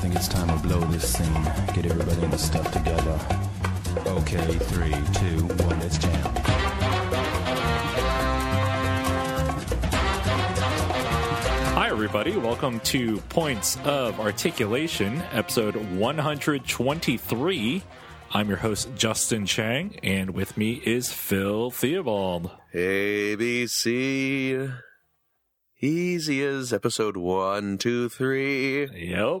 think it's time to blow this scene. Get everybody in the stuff together. Okay, three, two, one, let's jam. Hi, everybody. Welcome to Points of Articulation, episode 123. I'm your host, Justin Chang, and with me is Phil Theobald. ABC. Easy as episode one, two, three. Yep.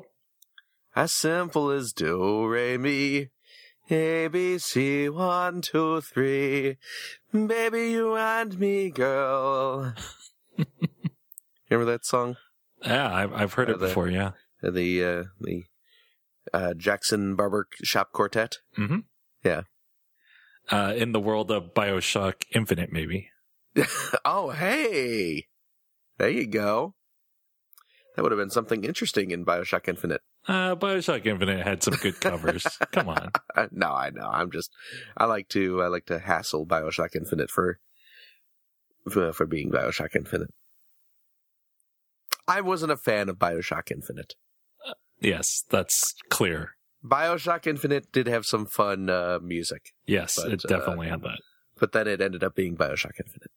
As simple as do, re, mi. ABC, one, two, three. Baby, you and me, girl. Remember that song? Yeah, I've, I've heard Are it they- before. Yeah. Uh, The, uh, the, uh, Jackson Barber Shop Quartet? hmm Yeah. Uh, in the world of Bioshock Infinite, maybe. Oh, hey! There you go. That would have been something interesting in Bioshock Infinite. Uh, Bioshock Infinite had some good covers. Come on. Uh, no, I know. I'm just. I like to. I like to hassle Bioshock Infinite for for, for being Bioshock Infinite. I wasn't a fan of Bioshock Infinite. Yes, that's clear. Bioshock Infinite did have some fun uh, music, Yes, But, it uh, definitely had that. but then it ended up being Bioshock Infinite.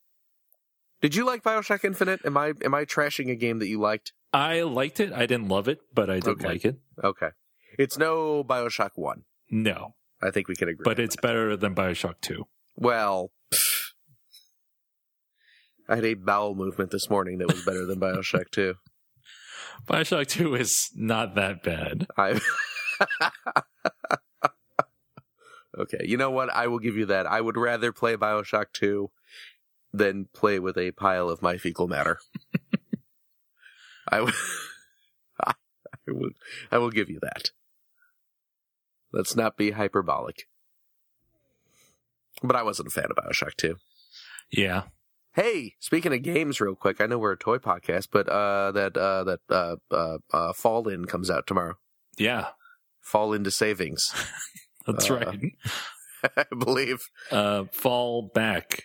Did you like Bioshock Infinite? Am I am I trashing a game that you liked? I liked it. I didn't love it, but I did Okay. like it. Okay, it's no Bioshock One. No, I think we can agree. but on it's that. better than Bioshock 2. well. pfft. I had a bowel movement this morning that was better than Bioshock 2. Bioshock 2 is not that bad. I. okay, you know what? I will give you that. I would rather play Bioshock 2 than play with a pile of my fecal matter. I, w- I, I will. I will give you that. Let's not be hyperbolic. But I wasn't a fan of Bioshock 2. Yeah. Hey, speaking of games, real quick, I know we're a toy podcast, but uh, that uh, that uh, uh, uh, Fall In comes out tomorrow. Yeah. Fall into savings. That's Uh, right. I believe. Uh, fall back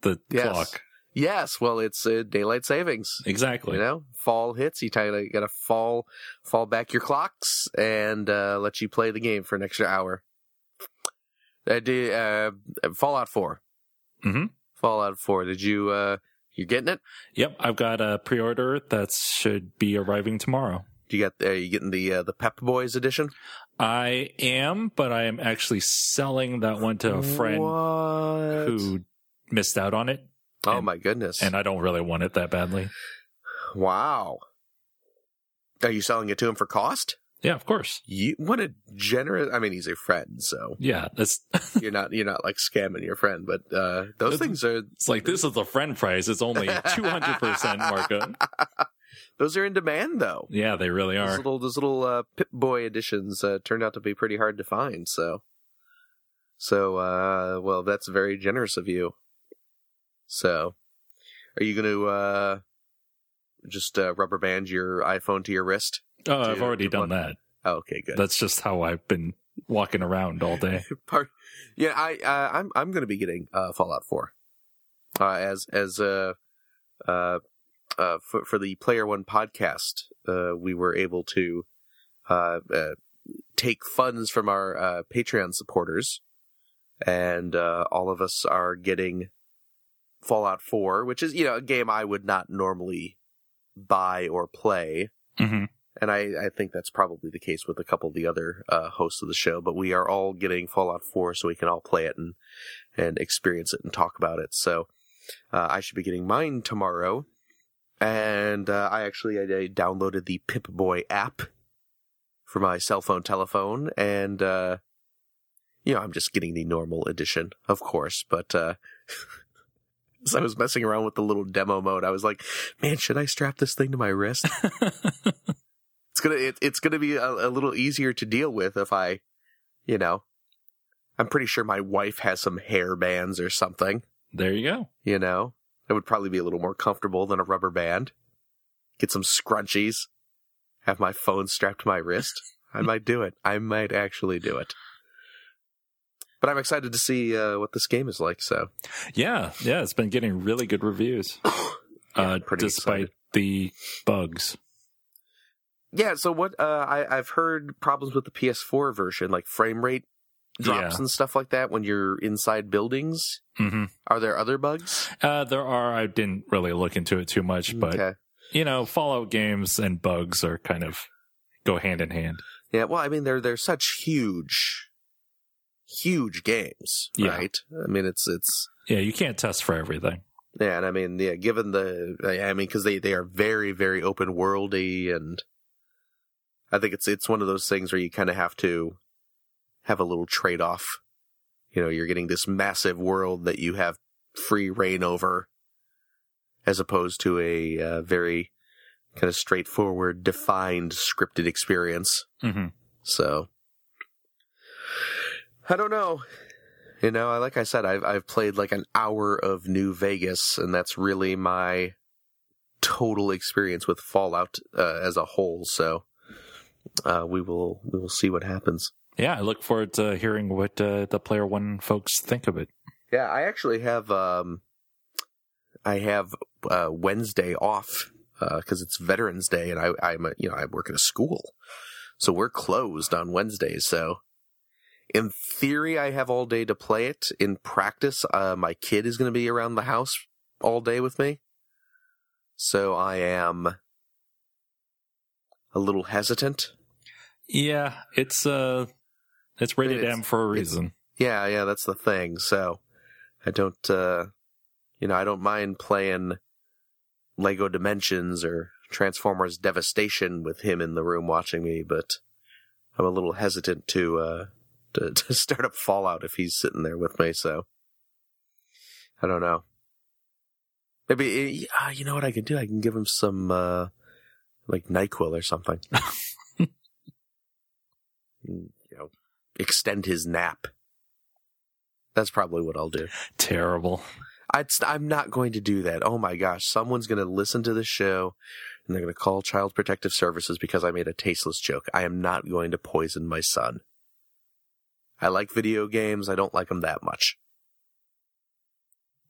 the Yes. clock. Yes, well, it's uh, daylight savings. Exactly. You know, fall hits. You kind of got to fall, fall back your clocks and uh, let you play the game for an extra hour. I did uh, Fallout Four. Mhm. Fallout Four. Did you? Uh, you getting it? Yep. I've got a pre order that should be arriving tomorrow. You got? Are you getting the uh, the Pep Boys edition? I am, but I am actually selling that one to a friend What? who missed out on it, Oh and- my goodness! and I don't really want it that badly. wow. Are you selling it to him for cost? Yeah, of course. You what a generous. I mean, he's a friend, so Yeah, that's you're not you're not like scamming your friend, but uh, those things are it's like this is the friend price. It's only two hundred percent markup. those are in demand though. Yeah, they really Those are. little those little uh, Pip Boy editions uh, turned out to be pretty hard to find. So, so uh, well, that's very generous of you. So, are you going to uh, just uh, rubber band your iPhone to your wrist? Oh, I've Dude, already good done luck. that. Oh, okay, good. That's just how I've been walking around all day. part. Yeah, I uh, I'm I'm going to be getting uh, Fallout Four uh, as as uh, uh, uh, for for the Player One podcast. Uh, we were able to uh, uh, take funds from our uh, Patreon supporters, and uh, all of us are getting Fallout Four, which is you know a game I would not normally buy or play Mm-hmm. and I, I think that's probably the case with a couple of the other uh, hosts of the show. But we are all getting Fallout 4, so we can all play it and and experience it and talk about it. So uh, I should be getting mine tomorrow. And uh, I actually I, I downloaded the Pip Boy app for my cell phone telephone, and uh, you know I'm just getting the normal edition, of course. But uh, as I was messing around with the little demo mode, I was like, man, should I strap this thing to my wrist? it's gonna it, it's gonna be a, a little easier to deal with if I, you know, I'm pretty sure my wife has some hair bands or something. there you go. You know, it would probably be a little more comfortable than a rubber band. Get some scrunchies. Have my phone strapped to my wrist. I might do it. I might actually do it. But I'm excited to see uh, what this game is like. So Yeah, yeah. It's been getting really good reviews, Yeah, uh, pretty despite excited. the bugs. yeah, so what? Uh, I I've heard problems with the PS4 version, like frame rate drops Yeah. and stuff like that when you're inside buildings. hmm Are there other bugs? Uh, there are. I didn't really look into it too much, but Mm, okay. you know, Fallout games and bugs are kind of go hand in hand. Yeah, well, I mean, they're they're such huge, huge games, Yeah. right? I mean, it's it's Yeah, you can't test for everything. yeah, and I mean, yeah, given the I I mean, because they they are very very open worldy, and I think it's it's one of those things where you kind of have to have a little trade off. You know, you're getting this massive world that you have free reign over, as opposed to a uh, very kind of straightforward, defined, scripted experience. hmm So I don't know. You know, I- like I said, I've I've played like an hour of New Vegas, and that's really my total experience with Fallout uh, as a whole. So uh, we will we will see what happens. Yeah, I look forward to hearing what uh, the player one folks think of it. Yeah, I actually have um, I have uh, Wednesday off because it's Veterans Day, and I I'm a, you know I work at a school, so we're closed on Wednesdays. So in theory, I have all day to play it. In practice, uh, my kid is going to be around the house all day with me, so I am a little hesitant. Yeah, it's uh, it's rated It's- M for a it's- reason. Yeah, yeah, that's the thing. So I don't uh you know, I don't mind playing Lego Dimensions or Transformers Devastation with him in the room watching me, but I'm a little hesitant to uh to, to start up Fallout if he's sitting there with me, so I don't know. Maybe uh, you know what I can do? I can give him some uh like NyQuil or something. Mm, you know, extend his nap. That's probably what I'll do. Terrible. I'd, st- I'm not going to do that. Oh my gosh, someone's going to listen to this show and they're going to call Child Protective Services because I made a tasteless joke. I am not going to poison my son. I like video games. I don't like them that much.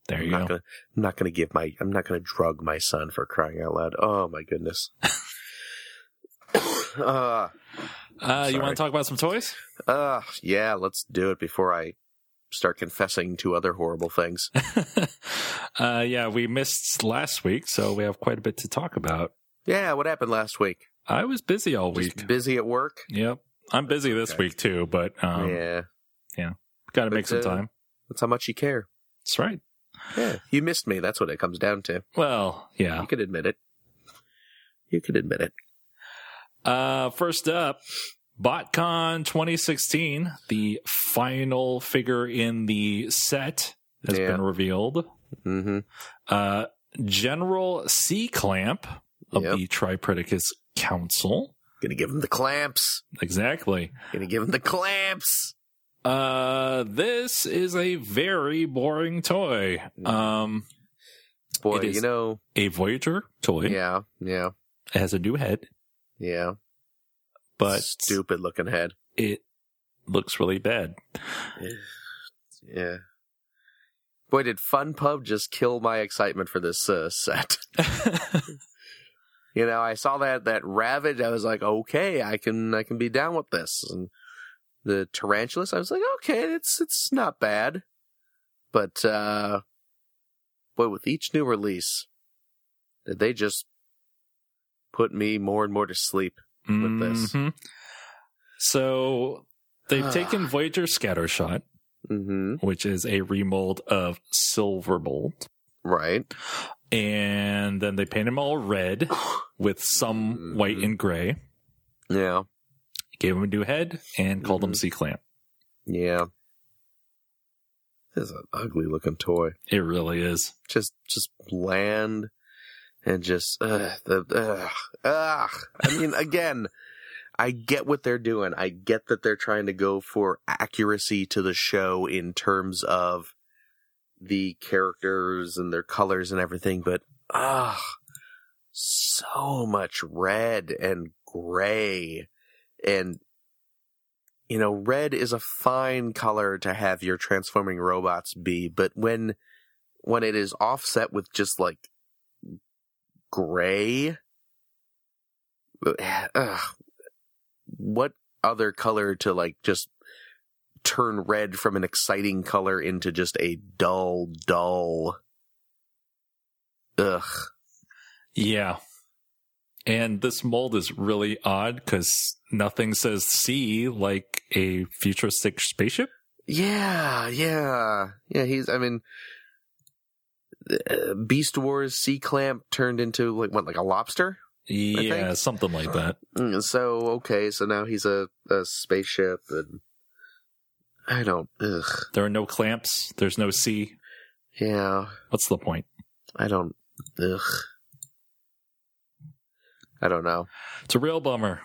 There I'm you not go. gonna, I'm not going to give my, I'm not going to drug my son for crying out loud. Oh my goodness. uh, Uh, you Sorry. want to talk about some toys? uh, yeah, let's do it before I start confessing to other horrible things. uh, yeah, we missed last week, so we have quite a bit to talk about. yeah, what happened last week? I was busy all week. Just busy at work. Yep. I'm busy this Okay. week too, but um, yeah, got to But, make some uh, time. that's how much you care. That's right. Yeah, you missed me. That's what it comes down to. Well, yeah. You can admit it. You can admit it. Uh, first up, BotCon 2016, the final figure in the set has Yeah. been revealed. Mm-hmm. Uh, General C Clamp of Yep. the Tripredicus Council. Gonna give him the clamps. Exactly. Gonna give him the clamps. Uh, this is a very boring toy. Mm-hmm. Um, Boy, It is- you know. a Voyager toy. Yeah, yeah, It has a new head, yeah. but stupid looking head. it looks really bad. Yeah. Boy, did Fun Pub just kill my excitement for this uh, set. You know, I saw that that Ravage. I was like, okay, I can I can be down with this. And the Tarantulas, I was like, okay, it's it's not bad. But uh boy, with each new release, did they just put me more and more to sleep? With this. Mhm. So Ah. they've taken Voyager Scattershot, Mm-hmm. which is a remold of Silverbolt, Right. and then they paint him all red with some Mhm. white and gray. Yeah. Gave him a new head and called him Mhm. C Clamp. Yeah. This is an ugly looking toy. It really is. just just bland and just uh, the uh, uh, I mean again I get what they're doing. I get that they're trying to go for accuracy to the show in terms of the characters and their colors and everything, but ah so much red and gray and you know, red is a fine color to have your transforming robots be, but when when it is offset with just like gray Ugh. what other color to like just turn red from an exciting color into just a dull, dull. Ugh. Yeah. And this mold is really odd because nothing says C like a futuristic spaceship. Yeah, yeah, yeah. He's. I mean, uh, Beast Wars C clamp turned into like what, like a lobster? Yeah, something like that. Mm, So okay, so now he's a, a spaceship, and I don't. Ugh. There are no clamps. There's no C. Yeah, What's the point? I don't. Ugh. I don't know. It's a real bummer.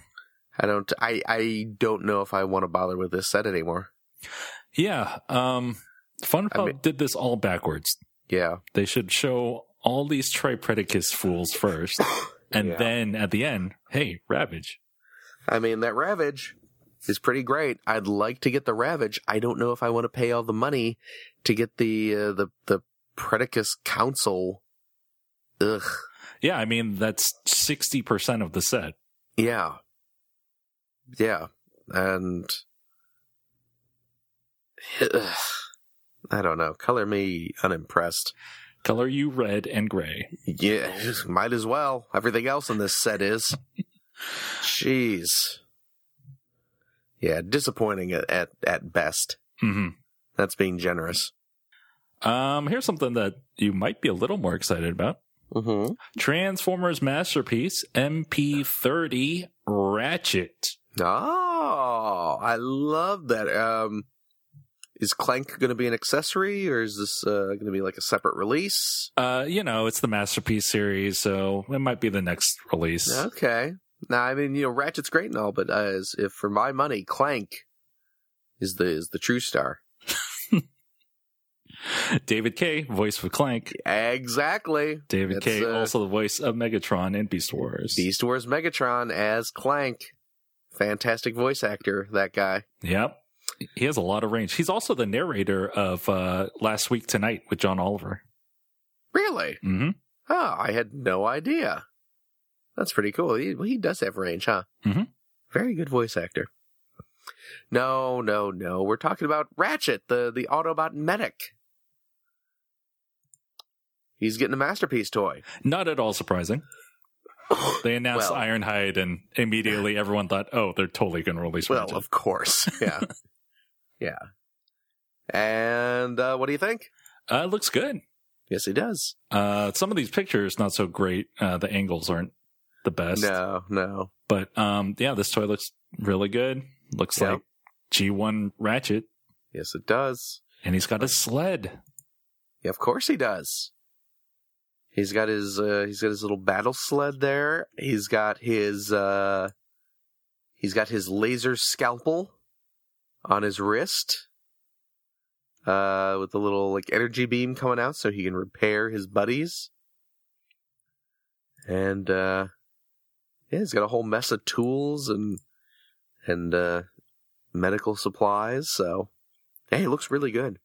I don't. I I don't know if I want to bother with this set anymore. Yeah. Um, Fun I Pub mean- did this all backwards. Yeah. They should show all these Tripredicus fools first, and Yeah. then at the end, hey, Ravage. I mean, that Ravage is pretty great. I'd like to get the Ravage. I don't know if I want to pay all the money to get the uh, the the Predicus Council. Ugh. Yeah, I mean that's sixty percent of the set. Yeah. Yeah. And Ugh. I don't know. Color me unimpressed. Color you red and gray. Yeah, might as well. Everything else in this set is. Jeez. Yeah, disappointing at at, at best. hmm That's being generous. Um, here's something that you might be a little more excited about: Mm-hmm. Transformers masterpiece MP30 Ratchet. Oh, I love that. Um, is Clank going to be an accessory, or is this uh, going to be like a separate release? Uh, you know, it's the masterpiece series, so it might be the next release. Okay. Now, I mean, you know, Ratchet's great and all, but uh, is, if for my money, Clank is the is the true star. David K, voice for Clank. Exactly. David It's, K, uh, also the voice of Megatron in Beast Wars. Beast Wars Megatron as Clank. Fantastic voice actor, that guy. Yep. He has a lot of range. He's also the narrator of uh, Last Week Tonight with John Oliver. Really? hmm Oh, I had no idea. That's pretty cool. He, well, he does have range, huh? Mhm. Very good voice actor. No, no, no. We're talking about Ratchet, the, the Autobot medic. He's getting a masterpiece toy. Not at all surprising. They announced Well- Ironhide, and immediately everyone thought, oh, they're totally going to release well, Ratchet. of course. Yeah. yeah. And uh, what do you think? Uh, it looks good. Yes, he does. Uh, some of these pictures, not so great. Uh, the angles aren't the best. No, no. But um, yeah, this toy looks really good. Looks Yeah. like G1 Ratchet, Yes, it does. and he's got a sled. Yeah, of course he does. He's got his uh, he's got his little battle sled there. He's got his uh, he's got his laser scalpel on his wrist. Uh, with the little like energy beam coming out, so he can repair his buddies. And uh, yeah, he's got a whole mess of tools and and uh, medical supplies. So hey, it looks really good.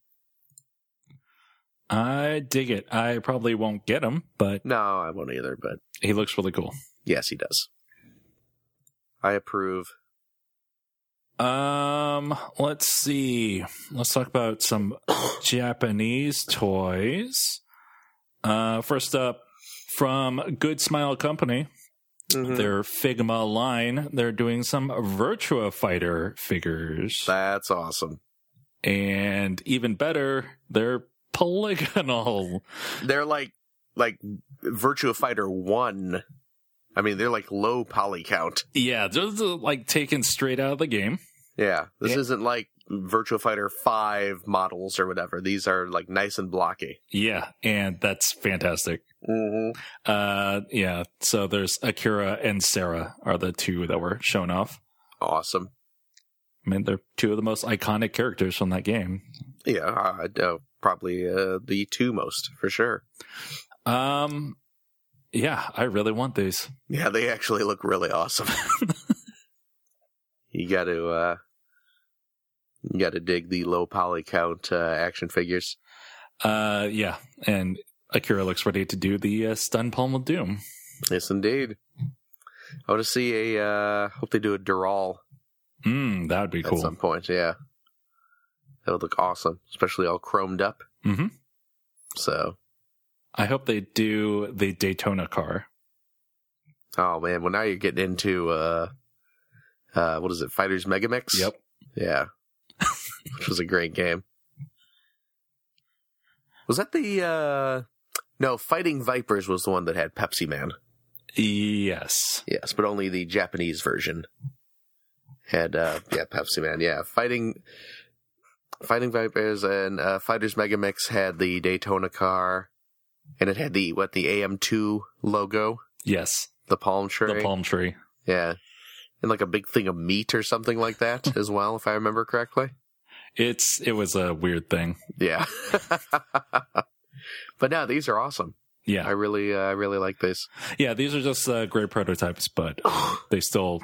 I dig it. I probably won't get him, but No, I won't either, but. he looks really cool. Yes, he does. I approve. Um, let's see. Let's talk about some Japanese toys. Uh, first up from Good Smile Company, Mm-hmm. their Figma line, they're doing some Virtua Fighter figures. That's awesome. and even better, they're polygonal. They're like like Virtua Fighter One. I mean, they're like low poly count. Yeah, those are like taken straight out of the game. Yeah, this Yeah. isn't like Virtua Fighter Five models or whatever. These are like nice and blocky. Yeah, and that's fantastic. Mm-hmm. Uh, yeah, so there's Akira and Sarah are the two that were shown off. Awesome. I mean, they're two of the most iconic characters from that game. Yeah, uh, uh, probably uh, the two most for sure. Um, yeah, I really want these. Yeah, they actually look really awesome. you got to uh you got to dig the low poly count uh, action figures. Uh, yeah, and Akira looks ready to do the uh, stun palm of doom. Yes, indeed. I want to see a. Uh, hope they do a Dural Mm, that'd be at cool. some point. Yeah, that would look awesome, especially all chromed up. hmm So, I hope they do the Daytona car. oh man, well now you're getting into uh, uh, what is it, Fighters Mega Mix? Yeah, which was a great game. Was that the? uh No, Fighting Vipers was the one that had Pepsi Man. Yes. Yes, but only the Japanese version had uh yeah, Pepsi Man. Yeah, Fighting Fighting Vipers and uh, Fighters Mega Mix had the Daytona car and it had the what the AM2 logo, Yes. the palm tree. The palm tree. Yeah. And like a big thing of meat or something like that as well if I remember correctly. It's it was a weird thing. Yeah. but no, these are awesome. I Yeah. really uh, I really like this. Yeah, these are just uh, great prototypes, but they still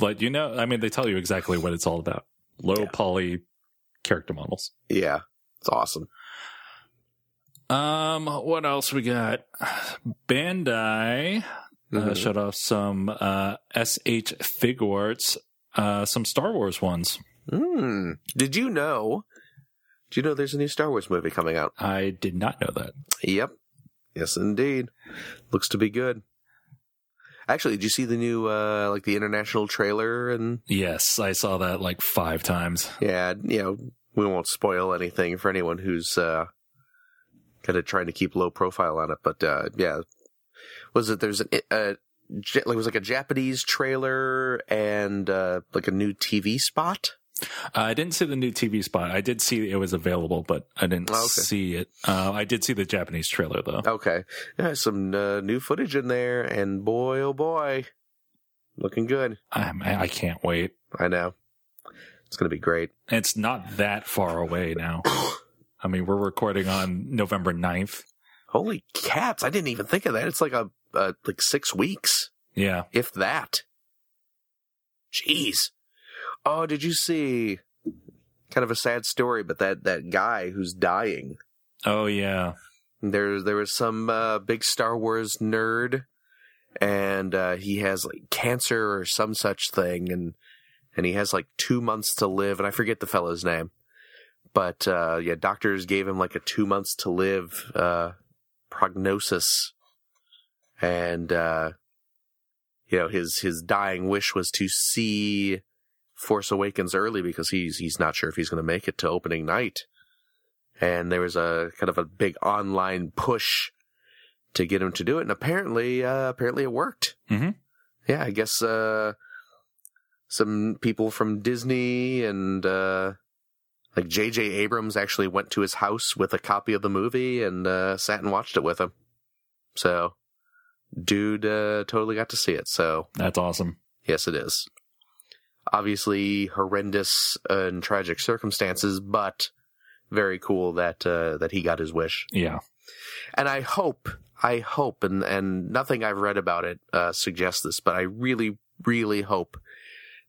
let you know I mean they tell you exactly what it's all about. Low Yeah. poly character models. Yeah. It's awesome. Um what else we got? Bandai uh, Mhm. shut off some uh SH Figuarts, uh some Star Wars ones. Mm. Did you know? Do you know there's a new Star Wars movie coming out? I did not know that. Yep. Yes, indeed. Looks to be good. Actually, did you see the new uh like the international trailer and Yes, I saw that like 5 times. yeah, you know, we won't spoil anything for anyone who's uh kind of trying to keep low profile on it, but uh yeah. Was it there's an uh like it was like a Japanese trailer and uh like a new TV spot? Uh, I didn't see the new TV spot. I did see it was available, but I didn't Oh, okay. see it. Uh, I did see the Japanese trailer though. Okay. Yeah, some uh, new footage in there, and boy, oh boy, looking good. I, I can't wait. I know. It's going to be great. It's not that far away now. I mean, we're recording on November 9th. Holy cats. I didn't even think of that. It's like a, uh, like six weeks, Yeah. if that. Jeez. Oh, did you see kind of a sad story, but that, that guy who's dying, Oh yeah. there, there was some, uh, big Star Wars nerd and, uh, he has like cancer or some such thing. And, and he has like two months to live. And I forget the fellow's name, but uh, yeah, doctors gave him like a two months to live uh, prognosis, and uh, you know his his dying wish was to see Force Awakens early because he's he's not sure if he's going to make it to opening night, and there was a kind of a big online push to get him to do it, and apparently uh, apparently it worked. Mhm. Yeah, I guess. Uh, some people from Disney and uh like JJ Abrams actually went to his house with a copy of the movie and uh sat and watched it with him. So dude uh totally got to see it. So That's awesome. yes it is. Obviously horrendous and tragic circumstances, but very cool that uh that he got his wish Yeah. and I hope, I hope, and and nothing I've read about it uh, suggests this, but I really, really hope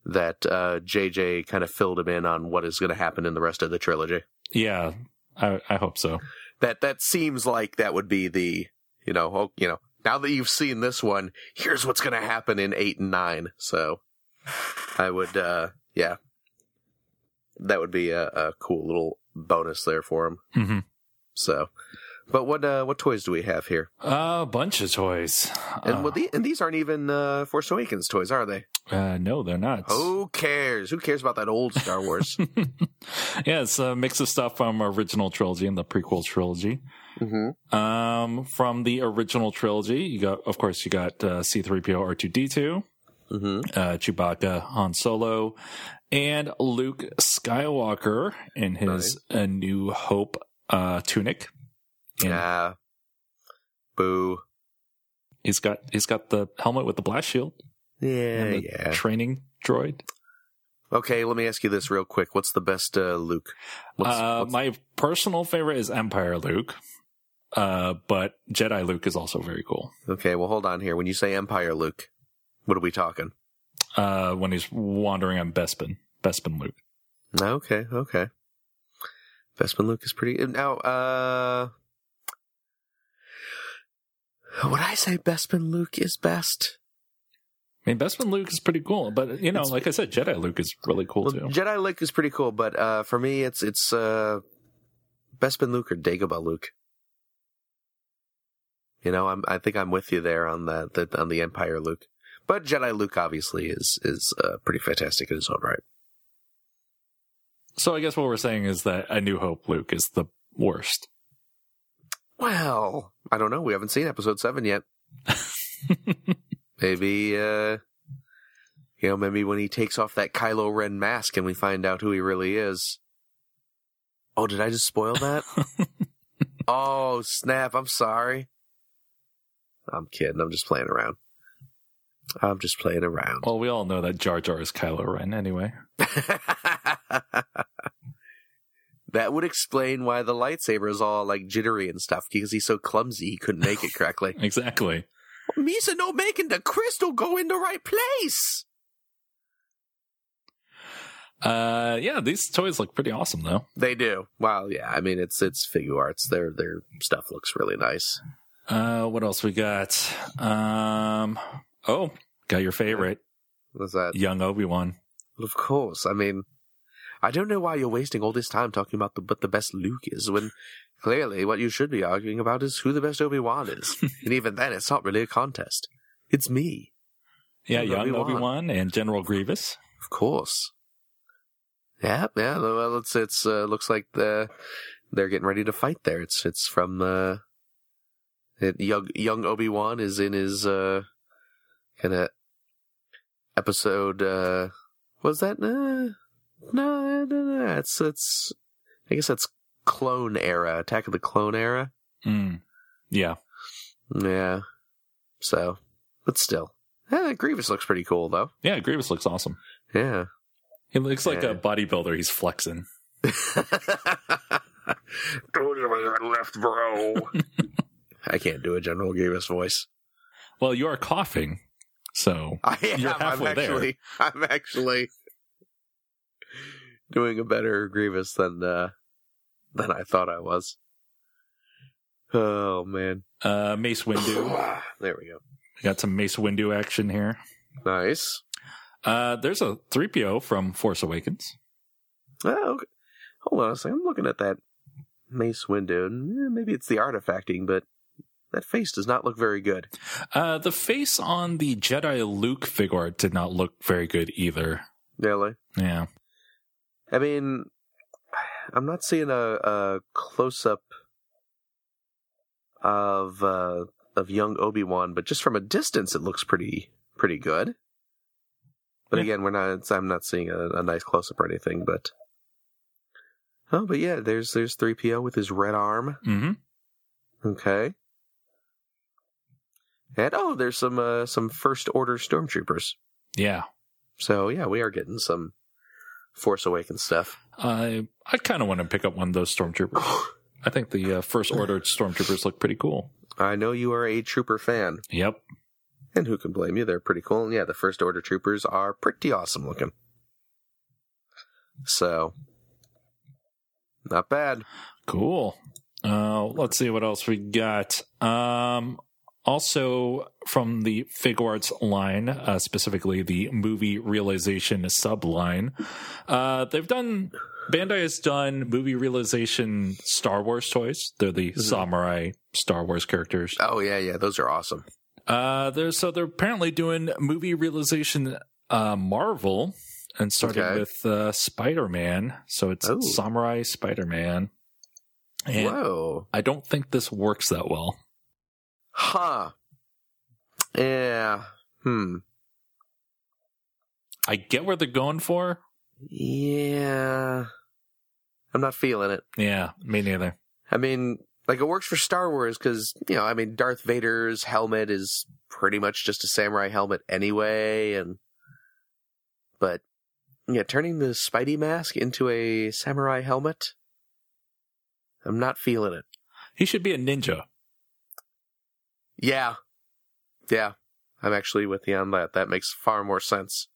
that uh, JJ kind of filled him in on what is going to happen in the rest of the trilogy. Yeah. I, I hope so. That that seems like that would be the you know oh, you know now that you've seen this one, here's what's going to happen in eight and nine. So I would, uh, yeah, that would be a, a cool little bonus there for him. Mm-hmm. So. But what uh, what toys do we have here? A bunch of toys. And uh, well, the, and these aren't even uh, Force Awakens toys, are they? uh, no, they're not. Who cares? Who cares about that old Star Wars? yeah, it's a mix of stuff from original trilogy and the prequel trilogy. mm-hmm. Um, from the original trilogy, you got, of course, you got uh, C-3PO, R2-D2, Mm-hmm. uh, Chewbacca, Han Solo, and Luke Skywalker in his A New Hope uh, tunic. And Yeah. Boo. he's got he's got the helmet with the blast shield Yeah, and the yeah. training droid. Okay, let me ask you this real quick. What's the best uh, Luke? What's, uh, what's- My personal favorite is Empire Luke, uh, but Jedi Luke is also very cool. okay, well, hold on here. When you say Empire Luke, what are we talking? Uh, when he's wandering on Bespin, Bespin Luke. Okay, okay. Bestman Luke is pretty. Now, uh. Would I say Bestman Luke is best? I mean, Best Friend Luke is pretty cool, but you know, like I said, Jedi Luke is really cool Well, too. Jedi Luke is pretty cool, but uh, for me, it's it's uh, Bespin Luke or Dagobah Luke. You know, I'm I think I'm with you there on that that on the Empire Luke, but Jedi Luke obviously is is uh, pretty fantastic in his own right. so I guess what we're saying is that A New Hope Luke is the worst. Well, I don't know. We haven't seen episode seven yet. maybe, uh, you know, maybe when he takes off that Kylo Ren mask and we find out who he really is. Oh, did I just spoil that? oh, snap. I'm sorry. I'm kidding. I'm just playing around. I'm just playing around. Well, we all know that Jar Jar is Kylo Ren anyway. that would explain why the lightsaber is all like jittery and stuff because he's so clumsy he couldn't make it correctly. Exactly. Misa no making the crystal go in the right place. Uh, yeah, these toys look pretty awesome though. They do. Well, yeah. I mean, it's it's figure arts. Their their stuff looks really nice. Uh, what else we got? Um, oh, got your favorite, Was that? young Obi Wan. Of course. I mean, I don't know why you're wasting all this time talking about the but the best Luke is when clearly what you should be arguing about is who the best Obi Wan is, and even then, it's not really a contest. It's me, Yeah, Young young Obi-Wan. Obi Wan and General Grievous. of course. Yeah, yeah. Well, it's it's uh, looks like the they're getting ready to fight there. It's it's from uh, it, young young Obi Wan is in his uh, kind of episode. Uh, was that no no no no? It's it's I guess that's clone era, Attack of the Clone era. Mm. Yeah, Yeah. So, but still, eh, Grievous looks pretty cool though. yeah, Grievous looks awesome. Yeah. He looks like Yeah. a bodybuilder. He's flexing. Go to my left, bro. I can't do a General Grievous voice. Well, you are coughing, so I am. You're halfway I'm there. actually. I'm actually doing a better Grievous than uh, than I thought I was. Oh man! uh, Mace Windu. there we go. We got some Mace Windu action here. Nice. Uh, there's a 3PO from Force Awakens. Oh, okay. hold on a second. I'm looking at that Mace window. Eh, Maybe it's the artifacting, but that face does not look very good. Uh, the face on the Jedi Luke figure art did not look very good either. Really. Yeah. I mean, I'm not seeing a, a close up of uh, of young Obi Wan, but just from a distance, it looks pretty pretty good. But Yeah. again, we're not. I'm not seeing a, a nice close up or anything. But oh, but yeah, there's there's three PO with his red arm. hmm Okay. And oh, there's some uh, some first order stormtroopers. Yeah. So yeah, we are getting some Force Awakens stuff. I I kind of want to pick up one of those stormtroopers. I think the uh, first order stormtroopers look pretty cool. I know you are a trooper fan, Yep. and who can blame you? They're pretty cool. And yeah, the First Order troopers are pretty awesome looking. So, not bad. Cool. Uh, let's see what else we got. Um, also from the Fig Arts line, uh, specifically the movie realization subline, uh, they've done Bandai has done movie realization Star Wars toys. They're the Mm-hmm. samurai Star Wars characters. Oh, yeah, yeah, those are awesome. Uh, they're so they're apparently doing movie realization uh, Marvel and started Okay. with uh, Spider Man. So it's Oh. Samurai Spider Man. And Whoa. I don't think this works that well. Huh. Yeah. Hmm. I get where they're going for. Yeah. I'm not feeling it. Yeah, me neither. I mean, like, it works for Star Wars because, you know, I mean, Darth Vader's helmet is pretty much just a samurai helmet anyway, and. But, yeah, turning the Spidey mask into a samurai helmet, I'm not feeling it. He should be a ninja. Yeah. Yeah. I'm actually with you on that. That makes far more sense.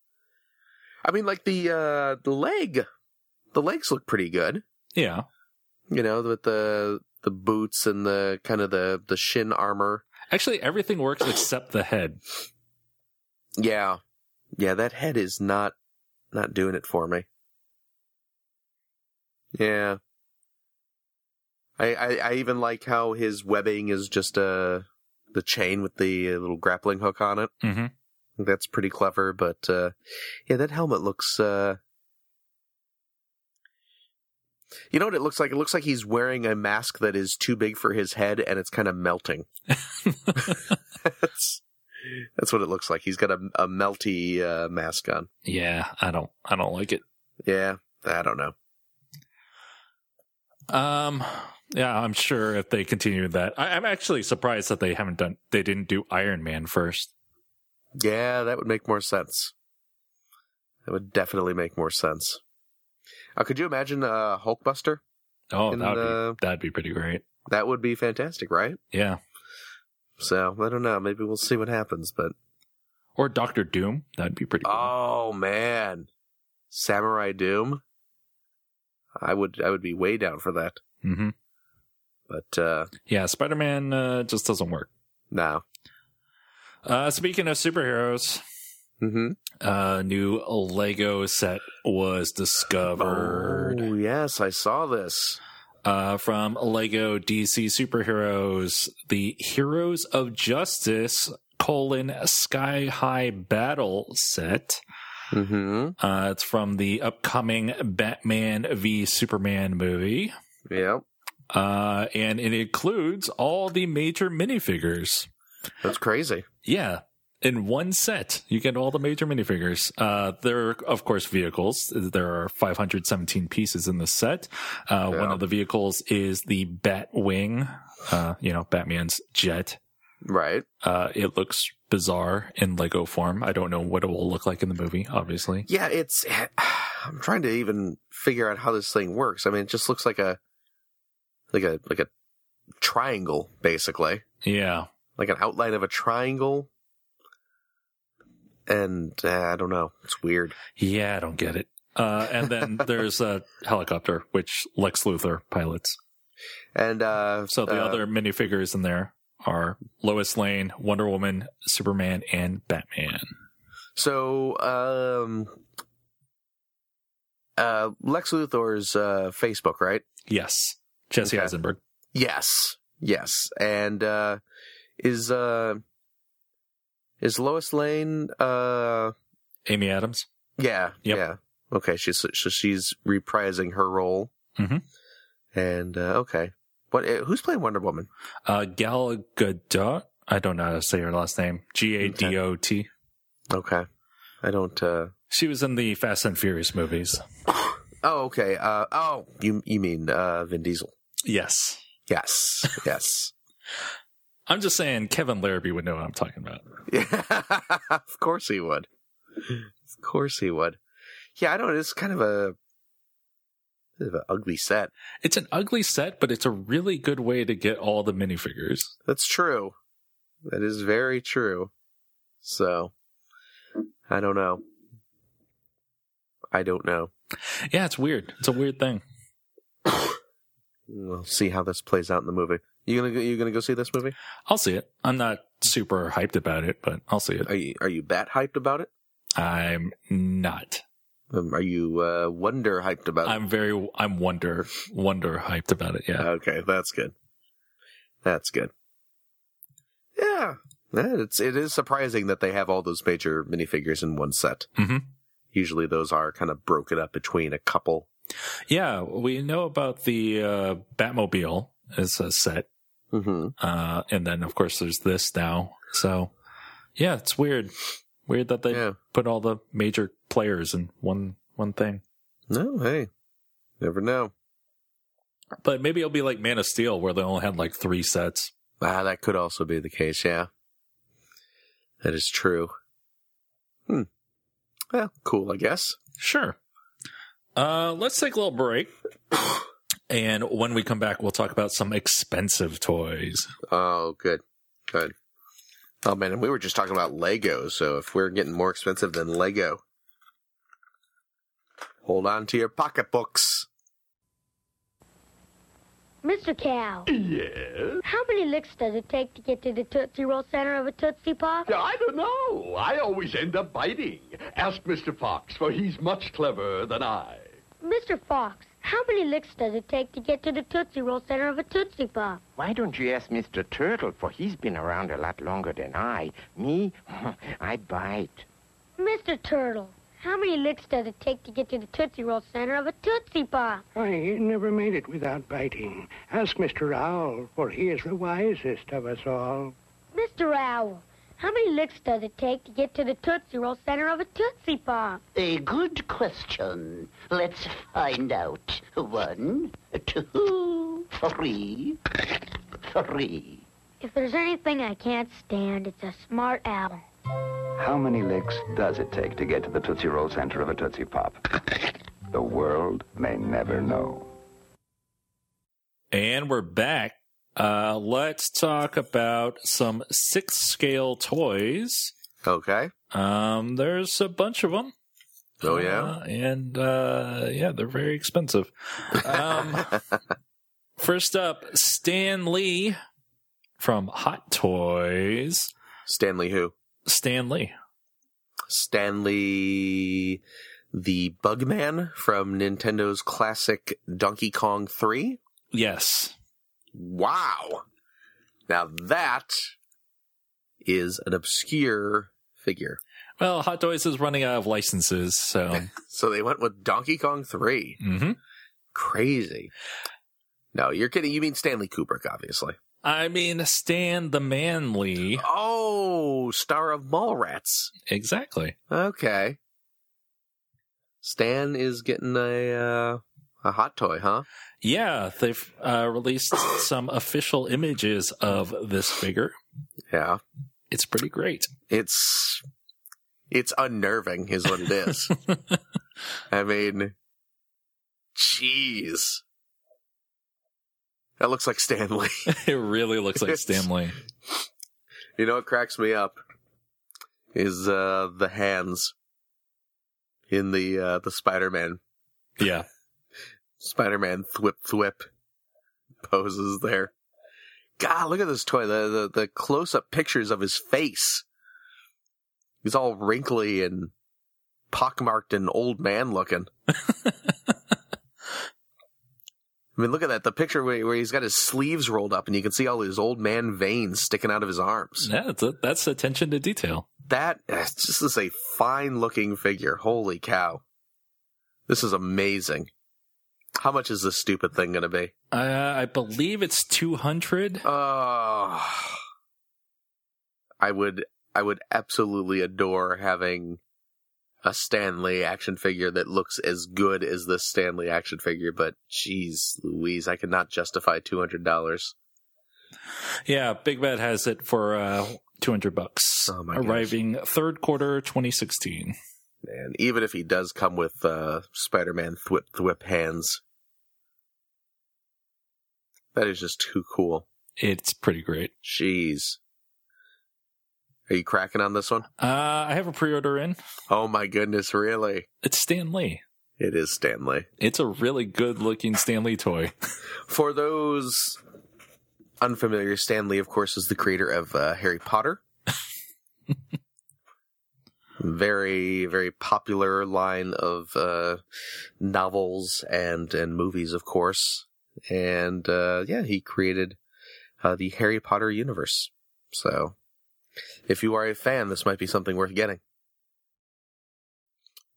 I mean, like, the, uh, the leg. The legs look pretty good. Yeah. you know, with the the boots and the kind of the the shin armor. Actually, everything works except the head. Yeah. Yeah, that head is not not doing it for me. Yeah. I I, I even like how his webbing is just uh the chain with the uh, little grappling hook on it. Mm-hmm. That's pretty clever, but uh yeah, that helmet looks uh You know what it looks like? It looks like he's wearing a mask that is too big for his head and it's kind of melting. that's that's what it looks like. He's got a, a melty uh, mask on. Yeah, I don't I don't like it. Yeah, I don't know. Um, yeah, I'm sure if they continue that, I, I'm actually surprised that they haven't done. They didn't do Iron Man first. Yeah, that would make more sense. That would definitely make more sense. Uh, could you imagine uh, Hulkbuster? Oh, And, that would uh, be that'd be pretty great. That would be fantastic, right? Yeah, So I don't know. Maybe we'll see what happens. But or Doctor Doom. That'd be pretty. Cool. oh man, Samurai Doom. I would I would be way down for that. hmm But uh, Yeah, Spider Man uh, just doesn't work. no. Uh, speaking of superheroes, Mm-hmm. a new Lego set was discovered. Oh yes, I saw this. uh, from Lego DC Superheroes, the Heroes of Justice colon Sky High Battle set. Mm-hmm. Uh, it's from the upcoming Batman v Superman movie, Yep. uh, and it includes all the major minifigures. That's crazy. Yeah. In one set, you get all the major minifigures. Uh, there are, of course, vehicles. There are 517 pieces in the set. Uh, Yeah. One of the vehicles is the Batwing, uh, you know, Batman's jet. Right. Uh, it looks bizarre in Lego form. I don't know what it will look like in the movie, obviously. Yeah, it's. I'm trying to even figure out how this thing works. I mean, it just looks like a, like a like a triangle, basically, Yeah. like an outline of a triangle. And uh, I don't know. It's weird. Yeah, I don't get it. Uh, and then there's a helicopter, which Lex Luthor pilots. And uh So the uh, other minifigures in there are Lois Lane, Wonder Woman, Superman, and Batman. So um. Uh, Lex Luthor's uh, Facebook, right? Yes. Jesse Okay. Eisenberg. Yes, yes, and uh, is uh, is Lois Lane uh, Amy Adams. Yeah. Yep. Yeah. Okay. She's so she's reprising her role. Mhm. And uh, okay, what? uh, Who's playing Wonder Woman? Uh, Gal Gadot. I don't know how to say her last name. G A D O T. Okay. I don't. uh She was in the Fast and Furious movies. Oh, okay. Uh Oh, you you mean uh Vin Diesel? Yes. Yes. Yes. I'm just saying Kevin Larrabee would know what I'm talking about. Yeah. of course he would. Of course he would. Yeah, I don't. It's kind of a bit of an ugly set. It's an ugly set, but it's a really good way to get all the minifigures. That's true. That is very true. So, I don't know. I don't know. Yeah, it's weird. It's a weird thing. We'll see how this plays out in the movie. You gonna go, you gonna go see this movie? I'll see it. I'm not super hyped about it, but I'll see it. Are you are you bat hyped about it? I'm not. Um, are you uh, wonder hyped about it? I'm very, I'm wonder, wonder hyped about it. Yeah. Okay, that's good. That's good. Yeah, Yeah, it's it is surprising that they have all those major minifigures in one set. hmm Usually, those are kind of broken up between a couple. Yeah. We know about the, uh, Batmobile as a set. Mm-hmm. Uh, and then of course there's this now. So yeah, it's weird. Weird that they Yeah. put all the major players in one one thing. No, hey, never know. But maybe it'll be like Man of Steel where they only had like three sets. Ah, that could also be the case, yeah. That is true. Hmm. Well, cool, I guess. Sure. Uh let's take a little break. and when we come back we'll talk about some expensive toys. Oh, good. Good. Oh, man, and we were just talking about Lego, so if we're getting more expensive than Lego, hold on to your pocketbooks. Mr. Cow. Yes? How many licks does it take to get to the Tootsie Roll center of a Tootsie Pop? I don't know. I always end up biting. Ask Mr. Fox, for he's much cleverer than I. Mr. Fox, how many licks does it take to get to the Tootsie Roll center of a Tootsie Pop? Why don't you ask Mr. Turtle, for he's been around a lot longer than I. Me? I bite. Mr. Turtle, how many licks does it take to get to the Tootsie Roll center of a Tootsie Pop? I never made it without biting. Ask Mr. Owl, for he is the wisest of us all. Mr. Owl, how many licks does it take to get to the Tootsie Roll center of a Tootsie Pop? A good question. Let's find out. One, two, three, three. If there's anything I can't stand, it's a smart owl. How many licks does it take to get to the Tootsie Roll center of a Tootsie Pop? The world may never know. And we're back. Uh, let's talk about some six scale toys. Okay. Um, there's a bunch of them. Oh, yeah. Uh, and uh, yeah, they're very expensive. Um, first up, Stan Lee from Hot Toys. Stanley who? Stan Lee. Stanley the Bugman from Nintendo's classic Donkey Kong 3. Yes. Wow. Now that is an obscure figure. Well, Hot Toys is running out of licenses, so So they went with Donkey Kong 3. hmm Crazy. No, you're kidding. You mean Stanley Kubrick, obviously. I mean Stan the Man Lee. Oh, star of Mallrats. Exactly. Okay. Stan is getting a uh, a hot toy, huh? Yeah, they've uh, released some official images of this figure. Yeah. It's pretty great. It's it's unnerving is what it is. I mean jeez. That looks like Stanley. it really looks like Stan Lee. You know what cracks me up is uh the hands in the uh the Spider-Man Yeah. Spider-Man thwip thwip poses there. God, look at this toy. The the, the close-up pictures of his face. He's all wrinkly and pockmarked and old man looking. I mean, look at that. The picture where, where he's got his sleeves rolled up and you can see all his old man veins sticking out of his arms. yeah that's, that's attention to detail. That is just is a fine looking figure. Holy cow. This is amazing. How much is this stupid thing going to be? Uh, I believe it's 200. Oh, I would, I would absolutely adore having a Stanley action figure that looks as good as this Stanley action figure. But geez, Louise, I could not justify two hundred dollars. Yeah, Big Bad has it for uh, 200 bucks. Oh my gosh. arriving third quarter 2016. And even if he does come with uh, Spider-Man thwip thwip hands, that is just too cool. It's pretty great. Jeez, are you cracking on this one? Uh, I have a pre-order in. Oh my goodness, really? It's Stan Lee. It is Stanley. It's a really good-looking Stan Lee toy. For those unfamiliar, Stanley, of course, is the creator of uh, Harry Potter. very, very popular line of uh, novels and and movies, of course. And uh, yeah, he created uh, the Harry Potter universe. So, if you are a fan, this might be something worth getting.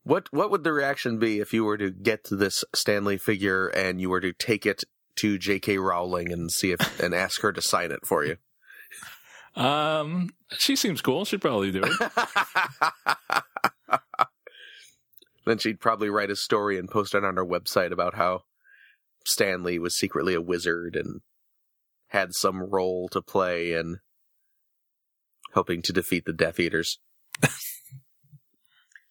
What what would the reaction be if you were to get this Stanley figure and you were to take it to J.K. Rowling and see if and ask her to sign it for you? Um, she seems cool. She'd probably do it. then she'd probably write a story and post it on her website about how Stanley was secretly a wizard and had some role to play in helping to defeat the Death Eaters.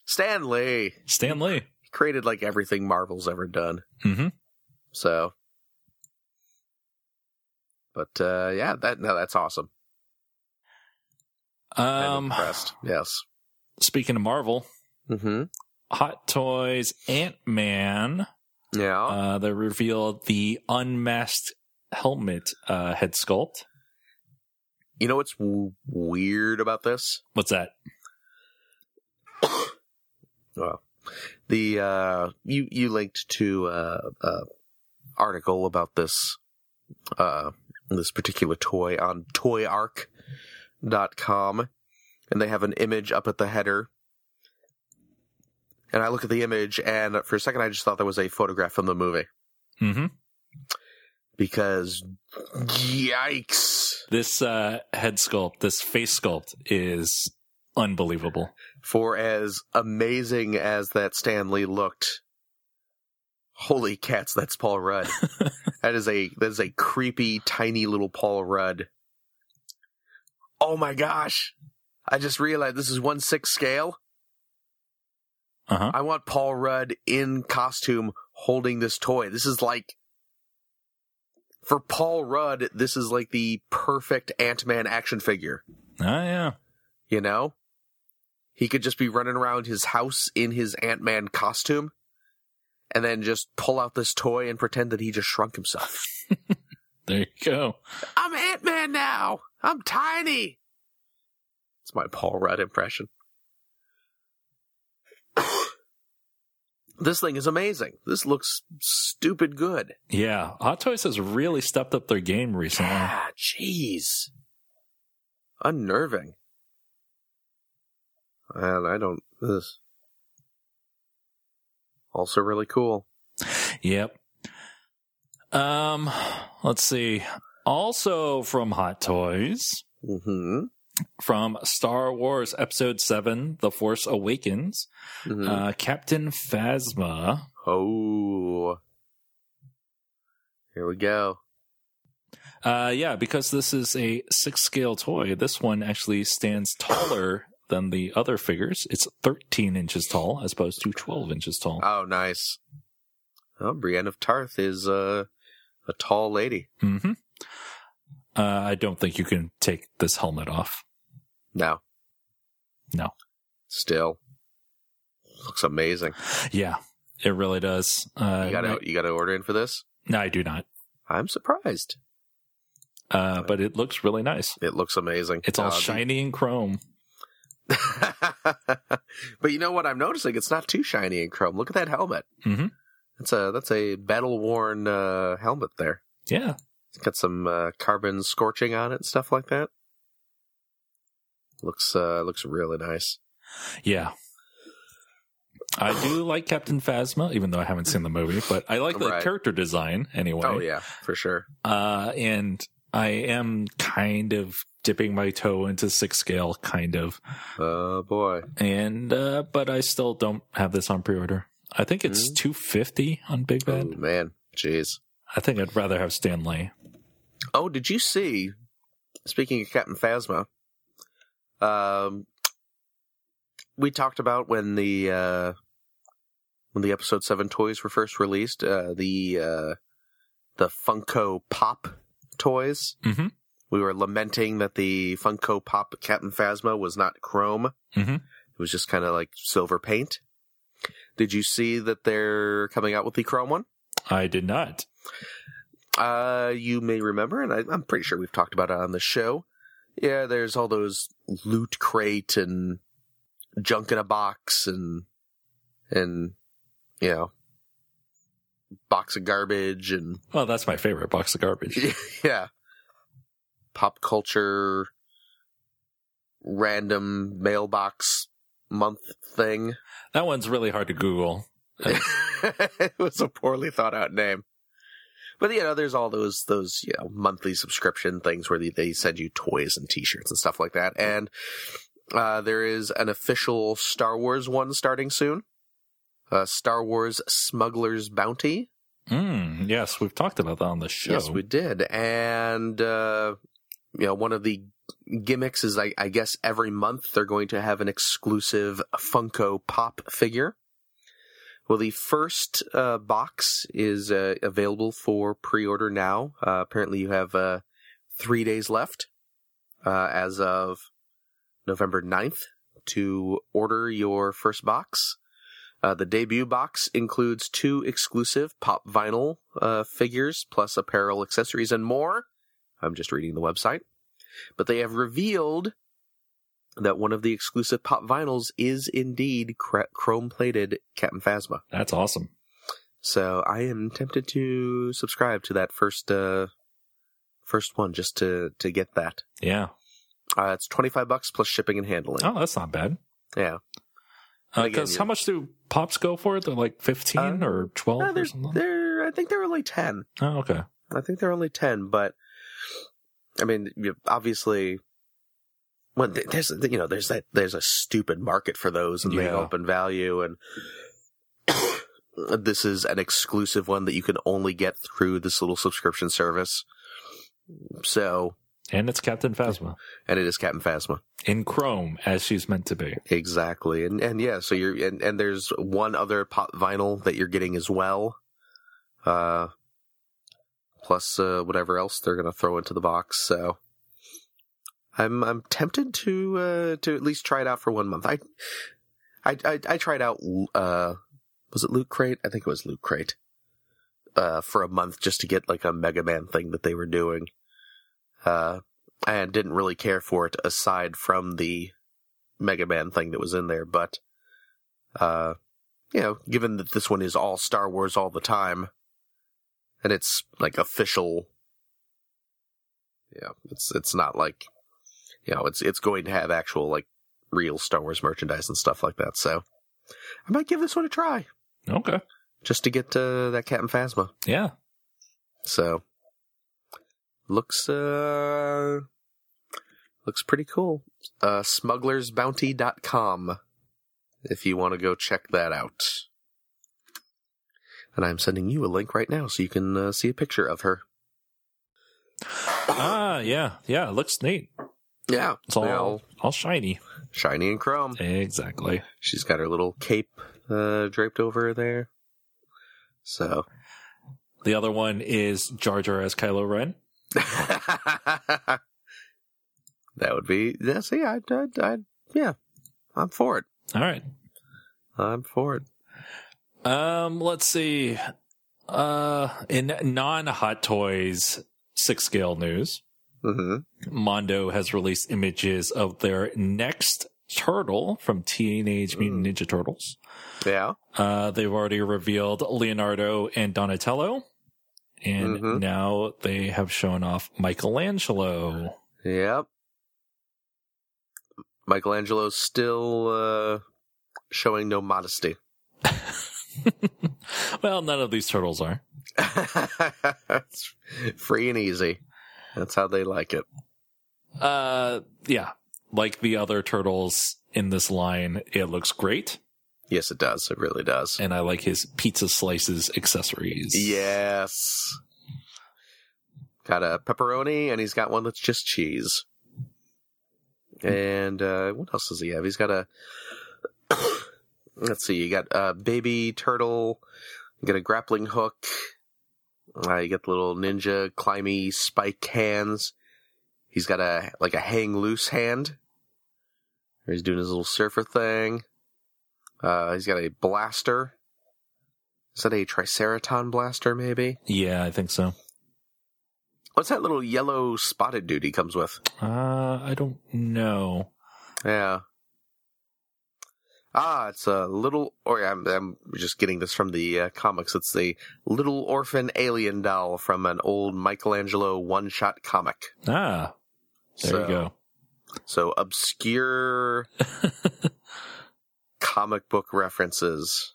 Stanley Stan Lee. created like everything Marvel's ever done. Mm-hmm. So, but uh, yeah, that no, that's awesome. I'm Um, impressed. Yes. speaking of Marvel, Mm-hmm. Hot Toys uh, Ant Man. Yeah. Uh, they revealed the unmasked helmet uh, head sculpt. You know what's w- weird about this? What's that? Well, the uh, you you linked to uh, uh, article about this uh, this particular toy on toyarc.com and they have an image up at the header. And I look at the image and for a second I just thought that was a photograph from the movie Mm-hmm. because yikes. This uh, head sculpt, this face sculpt, is unbelievable. For as amazing as that Stanley looked, holy cats, that's Paul Rudd. that is a that is a creepy, tiny little Paul Rudd. Oh my gosh. I just realized this is one six scale. Uh huh. I want Paul Rudd in costume holding this toy. This is like for Paul Rudd, this is like the perfect Ant Man action figure. Oh yeah. You know? He could just be running around his house in his Ant Man costume and then just pull out this toy and pretend that he just shrunk himself. There you go. I'm Ant Man now! I'm tiny! It's my Paul Rudd impression. this thing is amazing. This looks stupid good. Yeah, Hot Toys has really stepped up their game recently. Ah, jeez. Unnerving. And I don't. This. Also, really cool. Yep. Um, let's see. Also from Hot Toys, Mm-hmm. from Star Wars Episode 7, The Force Awakens, mm-hmm. Mm. uh, Captain Phasma oh. Here we go. Uh, yeah, because this is a six scale toy, this one actually stands taller than the other figures. It's 13 inches tall as opposed to 12 inches tall. Oh, nice. Oh, Brienne of Tarth is uh, a tall lady. hmm Uh, I don't think you can take this helmet off. No. No. Still. Looks amazing. Yeah, it really does. Uh, You gotta, you gotta order in for this? No, I do not. I'm surprised. Uh, but it looks really nice. It looks amazing. It's all Uh, the- shiny and chrome. but you know what I'm noticing? It's not too shiny and chrome. Look at that helmet. Mhm. That's a that's a battle worn uh, helmet there. Yeah. It's got some uh, carbon scorching on it and stuff like that. Looks uh, looks really nice. Yeah. I do like Captain Phasma, even though I haven't seen the movie, but I like the Right. character design anyway. Oh yeah, for sure. uh, and I am kind of dipping my toe into six scale, kind of. Oh boy. And uh, but I still don't have this on pre-order. I think it's two fifty on Big Hmm. Oh Bad. man. Jeez. I think I'd rather have Stanley. Oh, did you see? Speaking of Captain Phasma, um, we talked about when the uh, when the episode seven toys were first released, uh, the uh, the Funko Pop toys. Mhm. We were lamenting that the Funko Pop Captain Phasma was not chrome; Mhm. it was just kind of like silver paint. Did you see that they're coming out with the chrome one? I did not. Uh, you may remember, and I, I'm pretty sure we've talked about it on the show. Yeah, there's all those loot crate and junk in a box and and you know box of garbage and Well, that's my favorite box of garbage. yeah pop culture random mailbox month thing. That one's really hard to Google. it was a poorly thought out name. But you know, there's all those those you know monthly subscription things where they, they send you toys and T-shirts and stuff like that. And uh, there is an official Star Wars one starting soon. Uh, Star Wars Smuggler's Bounty. Mm, yes, we've talked about that on the show. Yes, we did. And uh, you know, one of the gimmicks is I, I guess every month they're going to have an exclusive Funko Pop figure. Well, the first uh, box is uh, available for pre-order now. Uh, apparently, you have uh, three days left uh, as of November 9th to order your first box. Uh, the debut box includes two exclusive pop vinyl uh, figures, plus apparel, accessories, and more. I'm just reading the website. But they have revealed that one of the exclusive pop vinyls is indeed cra- chrome plated Captain Phasma. That's awesome. So I am tempted to subscribe to that first uh, first one just to to get that. Yeah. Uh, it's twenty five bucks plus shipping and handling. Oh, that's not bad. Yeah, Again, Because yeah. Uh, how much do pops go for? They're like fifteen Uh, or twelve No, or they're, something. they're I think they're only ten. oh, okay. I think they're only ten, but I mean, you- obviously, when th- there's you know there's that there's a stupid market for those, and they Yeah. go up in value, and this is an exclusive one that you can only get through this little subscription service. So, And it's Captain Phasma and it is Captain Phasma. in Chrome as she's meant to be. Exactly, and and yeah, so you're and and there's one other pop vinyl that you're getting as well, uh, plus uh, whatever else they're gonna throw into the box. So I'm I'm tempted to uh, to at least try it out for one month. I I I, I tried out uh, was it Loot Crate? I think it was Loot Crate. Uh, for a month just to get like a Mega Man thing that they were doing. Uh, and didn't really care for it aside from the Mega Man thing that was in there, but uh you know, given that this one is all Star Wars all the time and it's like official Yeah, it's it's not like you know, it's it's going to have actual like real Star Wars merchandise and stuff like that, so I might give this one a try Okay. just to get uh, that Captain Phasma. Yeah. So looks uh looks pretty cool. Uh smugglersbounty.com if you want to go check that out. And I'm sending you a link right now so you can uh, see a picture of her. ah, yeah. Yeah. It looks neat. Yeah. It's all Now, all shiny. shiny and chrome. Exactly. She's got her little cape uh draped over her there. So The other one is Jar Jar as Kylo Ren. that would be yeah, see I, I, I yeah. I'm for it. All right. I'm for it. Um, let's see. Uh, in non-hot toys six scale news, Mm-hmm. Mondo has released images of their next turtle from Teenage Mutant Ninja Turtles. Yeah. Uh, they've already revealed Leonardo and Donatello, and Mhm. now they have shown off Michelangelo. Yep. Michelangelo's still uh, showing no modesty. well, none of these turtles are. it's free and easy. That's how they like it. Uh, yeah, like the other turtles in this line, it looks great, Yes, it does. It really does. and I like his pizza slices accessories. Yes. Got a pepperoni, and he's got one that's just cheese. And uh, what else does he have? He's got a. let's see. You got a baby turtle. You got a grappling hook. Uh, you got the little ninja climby spike hands. He's got a like a hang loose hand. He's doing his little surfer thing. Uh, he's got a blaster. Is that a Triceraton blaster, maybe? yeah, I think so. What's that little yellow spotted dude he comes with? Uh, I don't know. Yeah. Ah, it's a little, or I'm, I'm just getting this from the uh, comics. It's the little orphan alien doll from an old Michelangelo one shot comic. Ah, there so, you go. So obscure comic book references.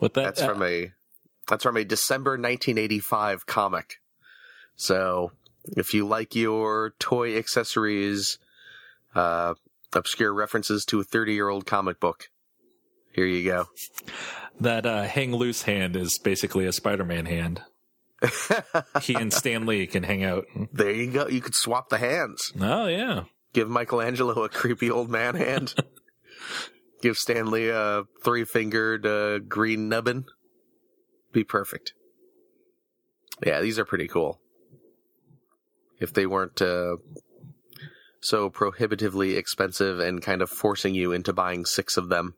With that, That's from a that's from a December 1985 comic. So if you like your toy accessories, uh, obscure references to a 30 year old comic book, here you go. that uh, hang loose hand is basically a Spider-Man hand. he and Stan Lee can hang out. There you go. You could swap the hands. Oh yeah, Give Michelangelo a creepy old man hand. Give Stanley a three fingered uh, green nubbin. Be perfect. Yeah, these are pretty cool. If they weren't uh, so prohibitively expensive and kind of forcing you into buying six of them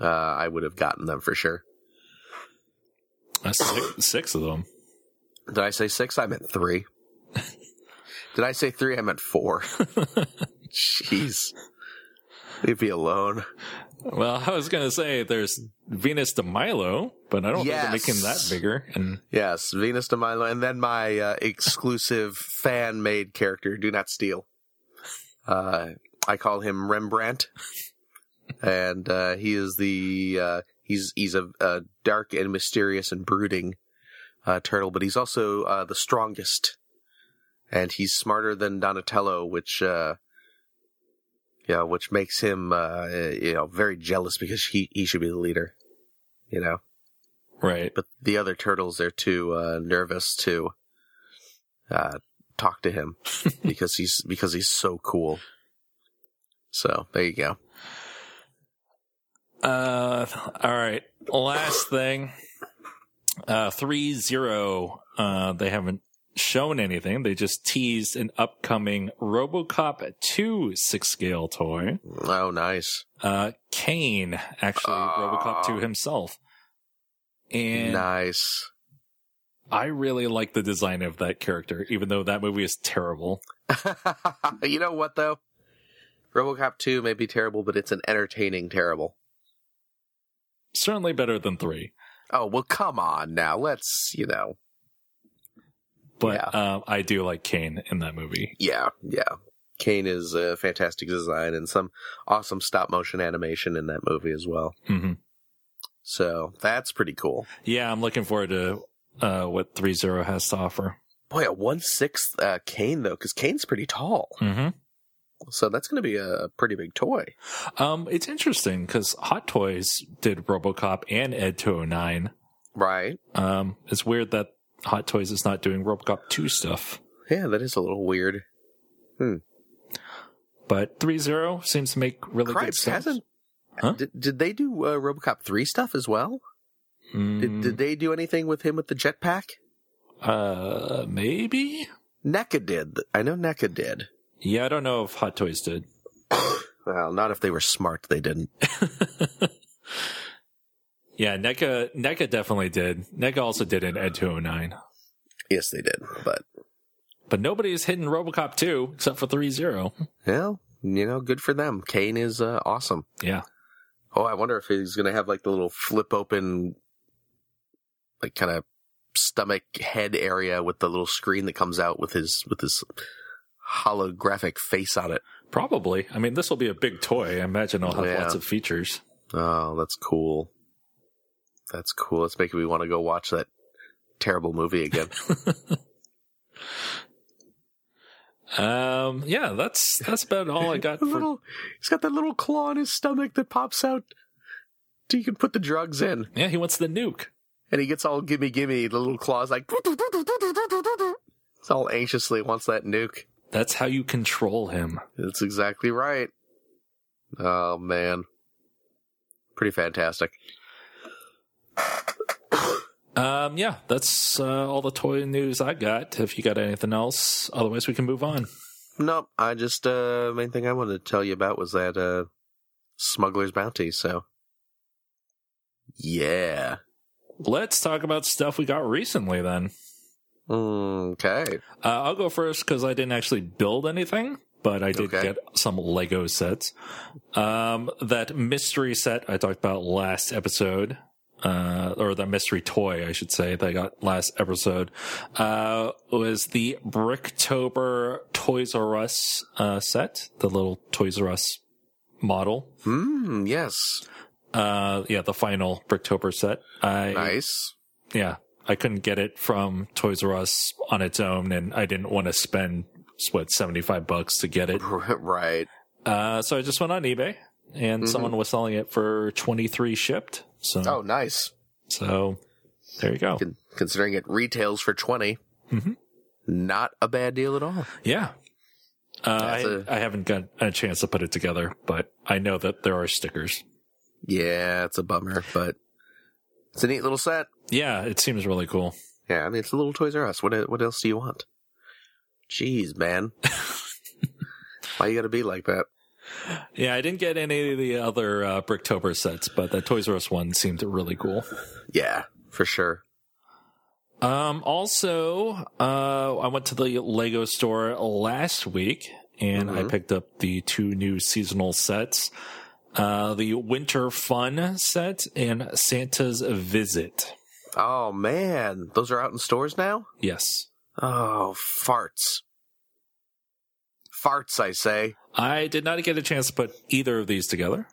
uh, I would have gotten them for sure. That's six, six of them. Did I say six? I meant three. Did I say three? I meant four. Jeez. Leave me alone. Well, I was gonna say there's Venus de Milo, but I don't think Yes. they're making that bigger. And Yes, Venus de Milo, and then my uh, exclusive fan made character, Do Not Steal. Uh, I call him Rembrandt, and uh, he is the uh, he's he's a, a dark and mysterious and brooding uh, turtle, but he's also uh, the strongest, and he's smarter than Donatello, which uh, you know, which makes him uh, you know very jealous because he he should be the leader, you know right, but the other turtles they're too uh, nervous to uh, talk to him because he's because he's so cool. So there you go. Uh, all right. Last thing. Uh, three zero. Uh, they haven't shown anything. They just teased an upcoming RoboCop two six scale toy. Oh, nice, Uh, Kane actually Ah. RoboCop two himself. And nice. I really like the design of that character, even though that movie is terrible. you know what though, RoboCop two may be terrible, but it's an entertaining terrible. Certainly better than three. Oh well, come on now. Let's you know. But Yeah. uh, I do like Kane in that movie. Yeah, yeah. Kane is a fantastic design and some awesome stop motion animation in that movie as well. hmm So that's pretty cool. Yeah, I'm looking forward to uh, what three zero has to offer. Boy, a one sixth uh, Kane though, because Kane's pretty tall, Mm-hmm. so that's going to be a pretty big toy. Um, it's interesting because Hot Toys did RoboCop and Ed 209. Right? Um, it's weird that Hot Toys is not doing RoboCop 2 stuff, Yeah, that is a little weird. but 3-0 seems to make really good Cripes stuff. hasn't. Huh? Did, did they do uh, RoboCop three stuff as well? Mm, Did, did they do anything with him with the jetpack? uh, maybe? NECA did. I know NECA did. Yeah, I don't know if Hot Toys did. Well, not if they were smart, they didn't. Yeah, NECA, NECA definitely did. NECA also did an Ed 209. Yes, they did. But But nobody is hitting RoboCop 2 except for 3-0. well, you know, good for them. Kane is uh, awesome. Yeah. Oh, I wonder if he's going to have like the little flip open, like kind of stomach head area with the little screen that comes out with his with his holographic face on it. Probably. I mean, this will be a big toy. I imagine it'll have Yeah. lots of features. Oh, that's cool. That's cool. It's making me want to go watch that terrible movie again. Um, yeah, that's, that's about all I got The for little, he's got that little claw in his stomach that pops out. So you can put the drugs in, Yeah, he wants the nuke. and he gets all gimme gimme. The little claw's like, it's all anxiously wants that nuke. That's how you control him. That's exactly right. Oh man. Pretty fantastic. Um, yeah, that's uh, all the toy news I got. If you got anything else, otherwise we can move on. Nope, I just uh main thing I wanted to tell you about was that uh smuggler's bounty, so yeah. Let's talk about stuff we got recently. Then Okay. uh, I'll go first because I didn't actually build anything, but I did Okay. get some Lego sets. Um, that mystery set I talked about last episode, uh, or that mystery toy, I should say, that I got last episode, uh, was the Bricktober Toys R Us, uh, set, the little Toys R Us model. Hmm, yes. Uh, yeah, the final Bricktober set. I, Nice. yeah, I couldn't get it from Toys R Us on its own and I didn't want to spend, what, 75 bucks to get it. right. Uh, so I just went on eBay and someone was selling it for 23 shipped. So, Mm-hmm. Oh, nice. so there you go. Con- considering it retails for 20. Mhm. Not a bad deal at all. Yeah. Uh, I, That's a- I haven't got a chance to put it together, but I know that there are stickers. Yeah, it's a bummer, but it's a neat little set. Yeah, it seems really cool. Yeah, I mean it's a little Toys R Us. What what else do you want? Jeez, man, why you gotta be like that? Yeah, I didn't get any of the other uh, Bricktober sets, but that Toys R Us one seemed really cool. Yeah, for sure. Um, also, uh, I went to the Lego store last week and I picked up the two new seasonal sets. Uh, the Winter Fun set and Santa's Visit. Oh man, those are out in stores now. Yes. Oh, farts. Farts, I say. I did not get a chance to put either of these together,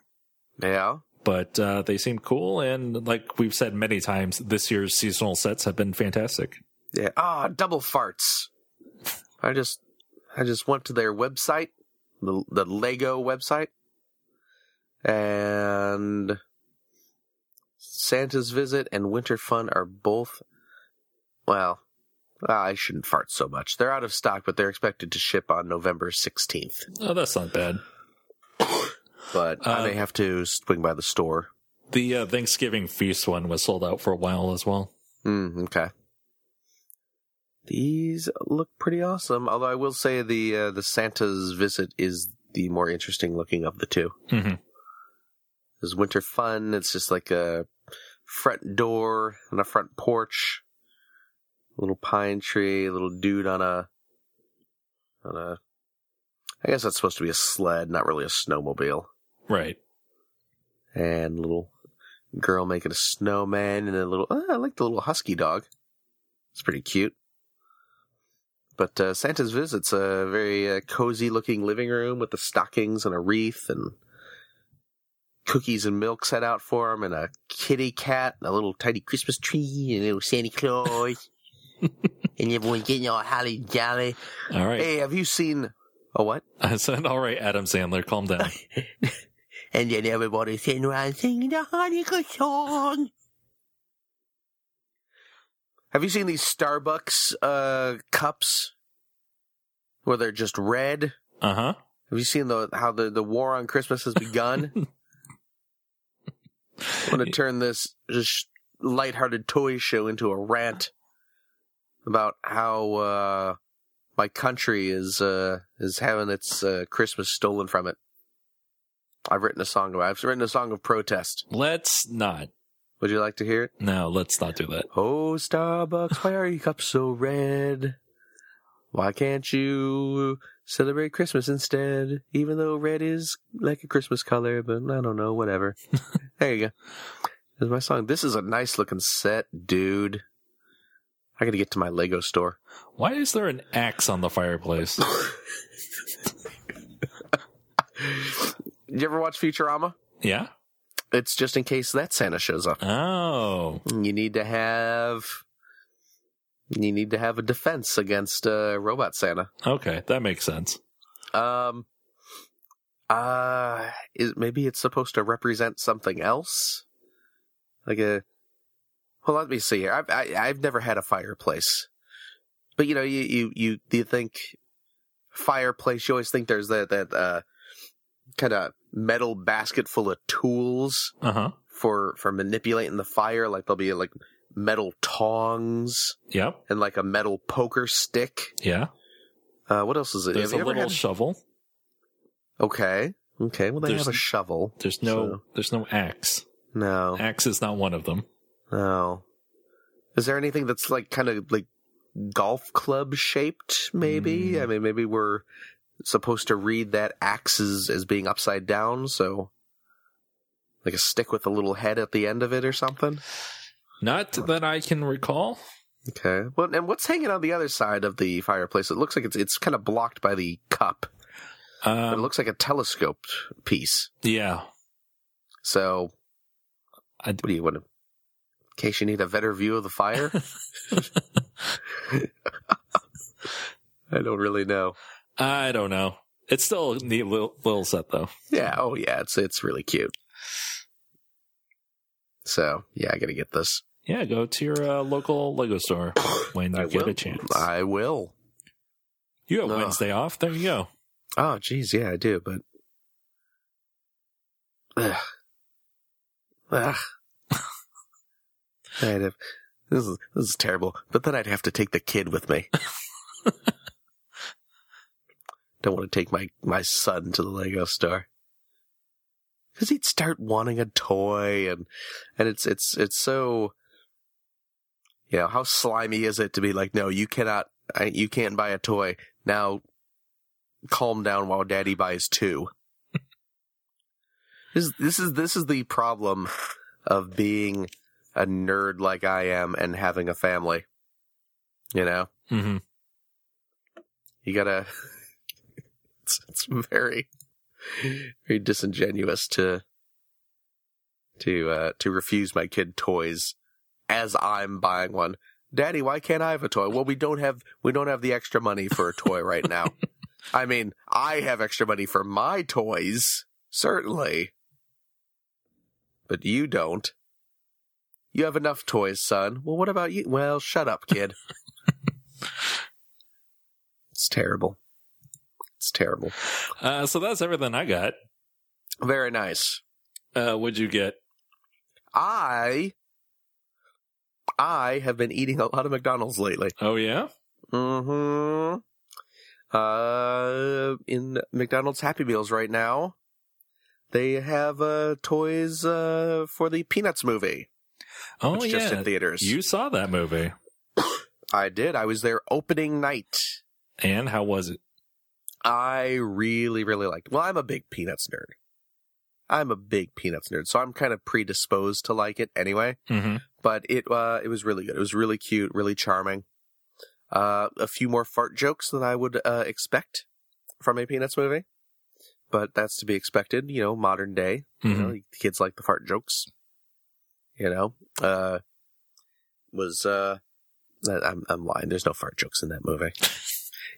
Yeah. but uh, they seem cool. And like we've said many times, this year's seasonal sets have been fantastic. Yeah. Ah, double farts. I just I just went to their website, the the Lego website. And Santa's Visit and Winter Fun are both well, ah, I shouldn't fart so much. They're out of stock, but they're expected to ship on November 16th. Oh, that's not bad. But I may Um, have to swing by the store. The uh, Thanksgiving feast one was sold out for a while as well. Mm, okay. These look pretty awesome. Although I will say the uh, the Santa's visit is the more interesting looking of the two. Mm-hmm. There's winter fun. It's just like a front door and a front porch, a little pine tree, a little dude on a on a. I guess that's supposed to be a sled, not really a snowmobile. Right. And a little girl making a snowman, and a little. ah, I like the little husky dog. It's pretty cute. But uh, Santa's visit's a very uh, cozy looking living room with the stockings and a wreath and cookies and milk set out for him and a kitty cat and a little tiny Christmas tree and a little Santa Claus and everyone getting all holly jolly. All right. Hey, have you seen a what? I said, all right, Adam Sandler, calm down. And then everybody sitting around singing the Hanukkah song. Have you seen these Starbucks uh, cups where they're just red? Uh huh. Have you seen the how the, the war on Christmas has begun? I'm going to turn this just lighthearted toy show into a rant about how uh, my country is uh, is having its uh, Christmas stolen from it. I've written a song about. I've written a song of protest. Let's not. Would you like to hear it? No, let's not do that. Oh, Starbucks, why are your cups so red? Why can't you celebrate Christmas instead? Even though red is like a Christmas color, but I don't know, whatever. there you go. There's my song. This is a nice looking set, dude. I gotta get to my Lego store. Why is there an axe on the fireplace? Did you ever watch Futurama? yeah. It's just in case that Santa shows up. Oh, You need to have. You need to have a defense against uh, Robot Santa. okay. That makes sense. Um, uh, is maybe it's supposed to represent something else, like a. Well, let me see here. I've I, I've never had a fireplace, but you know, you you you do you think fireplace? You always think there's that that uh kind of metal basket full of tools Uh huh. for for manipulating the fire. Like there'll be like metal tongs Yep. and like a metal poker stick. Yeah. Uh, what else is it? There's Have a you ever little had- shovel. Okay. Okay. Well, they There's- have a shovel. There's no So- Oh. there's no axe. no. Axe is not one of them. No. Is there anything that's like kind of like golf club shaped? Maybe. Hmm. I mean, maybe we're supposed to read that axe as, as being upside down. So, like a stick with a little head at the end of it or something. Not that I can recall. Okay. Well, and what's hanging on the other side of the fireplace? It looks like it's it's kind of blocked by the cup. but it Um, looks like a telescope piece. yeah. So, I- what do you want? to- In case you need a better view of the fire, I don't really know. I don't know. It's still a neat little, little set though. Yeah. Oh, yeah. It's it's really cute. So yeah, I gotta get this. Yeah. Go to your uh, local Lego store when you I get will. a chance. I will. you have Ugh. Wednesday off. There you go. Oh, geez, yeah, I do. But ugh, ugh. I'd have this is this is terrible. But then I'd have to take the kid with me. Don't want to take my, my son to the Lego store. Cause he'd start wanting a toy and, and it's, it's, it's so, you know, how slimy is it to be like, no, you cannot, I, you can't buy a toy. Now calm down while daddy buys two. this, this is, this is the problem of being a nerd like I am and having a family. You know, hmm you gotta, it's, it's very, very disingenuous to, to, uh, to refuse my kid toys as I'm buying one. Daddy, why can't I have a toy? Well, we don't have, we don't have the extra money for a toy right now. I mean, I have extra money for my toys, certainly. But you don't. You have enough toys, son. Well, what about you? Well, shut up, kid. it's terrible. It's terrible. Uh, so that's everything I got. Very nice. Uh, what'd you get? I I have been eating a lot of McDonald's lately. Oh yeah, Mm-hmm. Uh, in McDonald's Happy Meals right now, they have uh, toys uh, for the Peanuts movie, oh which is yeah. just in theaters. You saw that movie, I did. I was there opening night. and how was it? I really, really liked. Well, I'm a big Peanuts nerd. I'm a big Peanuts nerd, so I'm kind of predisposed to like it anyway. hmm but it uh, it was really good. It was really cute, really charming. Uh, a few more fart jokes than I would uh, expect from a Peanuts movie, but that's to be expected. You know, modern day. You Mm-hmm. know, kids like the fart jokes. You know, uh, was uh, I- I'm I'm lying. There's no fart jokes in that movie.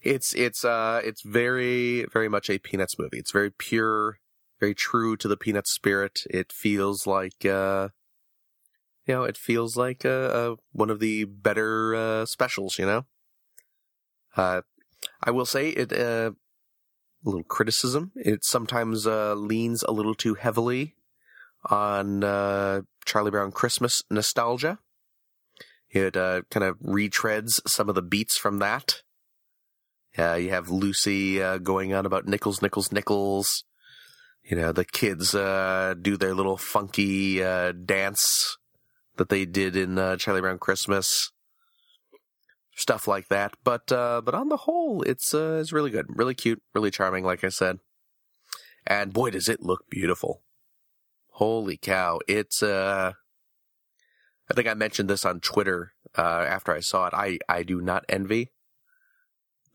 It's it's uh it's very very much a Peanuts movie. It's very pure, very true to the Peanuts spirit. It feels like uh, you know, it feels like uh, uh one of the better uh, specials. You know, uh, I will say it. Uh, a little criticism. It sometimes uh, leans a little too heavily on uh, Charlie Brown Christmas nostalgia. It uh, kind of retreads some of the beats from that. Uh, you have Lucy uh, going on about nickels, nickels, nickels. You know, the kids uh, do their little funky uh, dance that they did in uh, Charlie Brown Christmas. Stuff like that, but uh, but on the whole, it's uh, it's really good, really cute, really charming. Like I said, and boy, does it look beautiful! Holy cow! It's uh, I think I mentioned this on Twitter uh, after I saw it. I I do not envy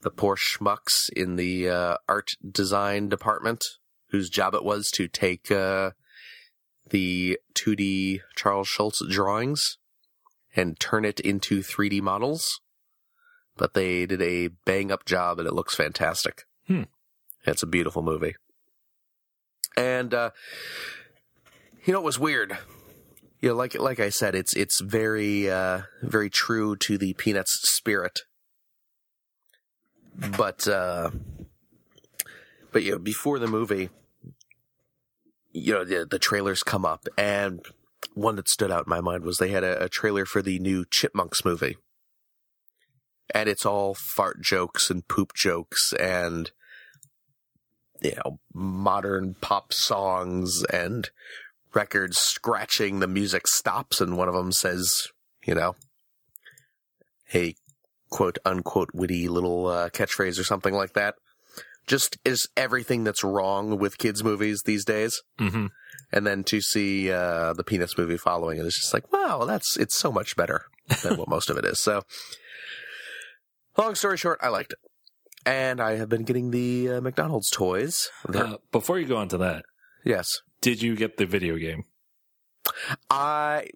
the poor schmucks in the uh, art design department whose job it was to take uh, the 2D Charles Schultz drawings and turn it into 3D models. But they did a bang up job and it looks fantastic. Hmm. It's a beautiful movie. And, uh, you know, it was weird. You know, like, like I said, it's, it's very, uh, very true to the Peanuts spirit. But, uh, but, you know, before the movie, you know the, the trailers come up and one that stood out in my mind was they had a, a trailer for the new chipmunks movie and it's all fart jokes and poop jokes and you know modern pop songs and records scratching the music stops and one of them says you know a quote unquote witty little uh, catchphrase or something like that just is everything that's wrong with kids movies these days hmm and then to see uh, the Peanuts movie following it, it's just like, wow, that's it's so much better than what most of it is. So, long story short, I liked it, and I have been getting the uh, McDonald's toys. They're- Uh, before you go on to that, yes, did you get the video game? I.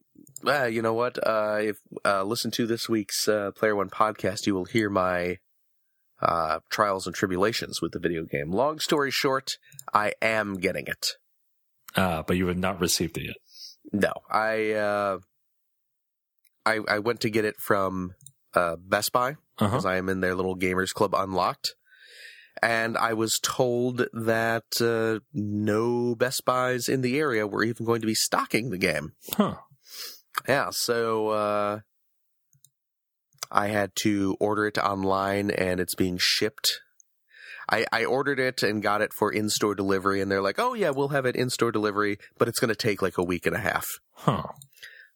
Uh, you know what? Uh, if uh, listen to this week's uh, Player One podcast, you will hear my uh, trials and tribulations with the video game. Long story short, I am getting it. Uh, but you have not received it yet. No, I uh, I I went to get it from uh, Best Buy Uh-huh. because I am in their little gamers club unlocked, and I was told that uh, no Best Buys in the area were even going to be stocking the game. Huh. Yeah, so uh, I had to order it online, and it's being shipped. I, I ordered it and got it for in store delivery, and they're like, oh, yeah, we'll have it in store delivery, but it's going to take like a week and a half. Huh.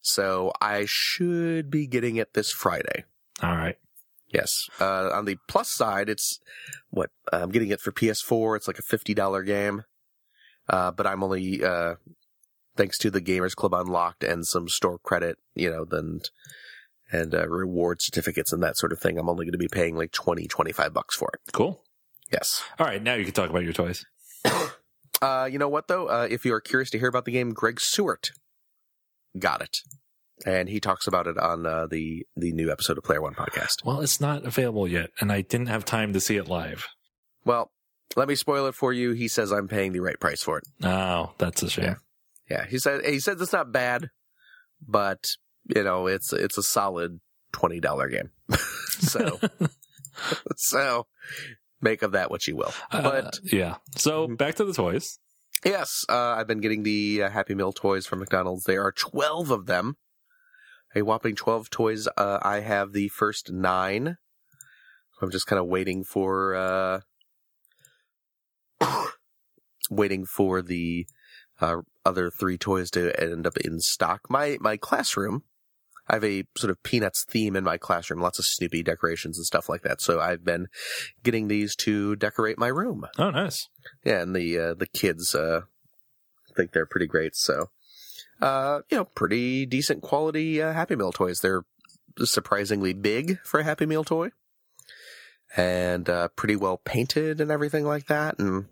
So I should be getting it this Friday. All right. Yes. Uh, on the plus side, it's what I'm getting it for PS4. It's like a fifty dollar game, uh, but I'm only uh, thanks to the Gamers Club Unlocked and some store credit, you know, then and uh, reward certificates and that sort of thing. I'm only going to be paying like 20, 25 bucks for it. Cool. Yes. All right. Now you can talk about your toys. Uh, you know what though? Uh, if you are curious to hear about the game, Greg Seward got it, and he talks about it on uh, the the new episode of Player One podcast. Well, it's not available yet, and I didn't have time to see it live. Well, let me spoil it for you. He says I'm paying the right price for it. Oh, that's a shame. Yeah. Yeah, he said he says it's not bad, but you know it's it's a solid twenty dollar game. so so make of that what you will. Uh, But Mm-hmm. yeah. So back to the toys. yes, uh, I've been getting the uh, Happy Meal toys from McDonald's. There are twelve of them, a whopping twelve toys. Uh, I have the first nine. I'm just kind of waiting for uh, waiting for the uh, other three toys to end up in stock. My my classroom, I have a sort of peanuts theme in my classroom. Lots of Snoopy decorations and stuff like that. So I've been getting these to decorate my room. Oh, nice. Yeah, and the uh, the kids uh, think they're pretty great. So, uh, you know, pretty decent quality uh, Happy Meal toys. They're surprisingly big for a Happy Meal toy, and uh, pretty well painted and everything like that. And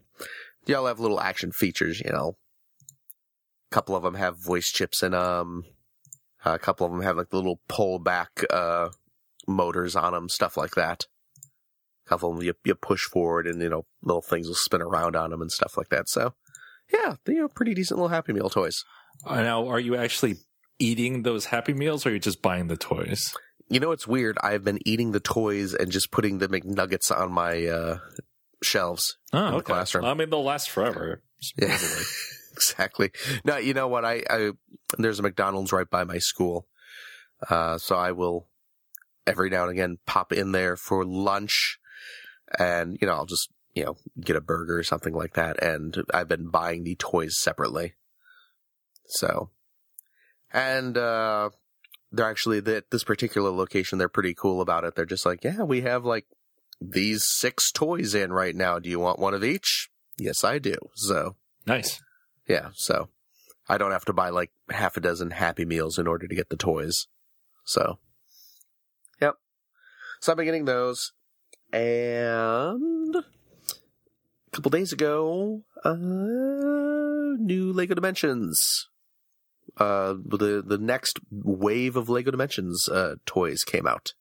they all have little action features. You know, a couple of them have voice chips in them. A couple of them have like the little pull back uh, motors on them, stuff like that couple of them you, you push forward and you know little things will spin around on them and stuff like that so yeah they are pretty decent little happy meal toys Uh, Now, are you actually eating those Happy Meals, or are you just buying the toys? you know it's weird i've been eating the toys and just putting the mcnuggets on my uh shelves Oh, In the okay. classroom. I mean, they'll last forever. Yeah. supposedly. exactly no you know what i i there's a mcdonald's right by my school uh so i will every now and again pop in there for lunch and you know i'll just you know get a burger or something like that and i've been buying the toys separately so and uh they're actually at this particular location they're pretty cool about it they're just like yeah we have like these six toys in right now do you want one of each yes i do so Nice. yeah, so I don't have to buy like half a dozen Happy Meals in order to get the toys. So, yep. So I've been getting those, and a couple days ago, uh, new Lego Dimensions. Uh, the the next wave of Lego Dimensions uh, toys came out,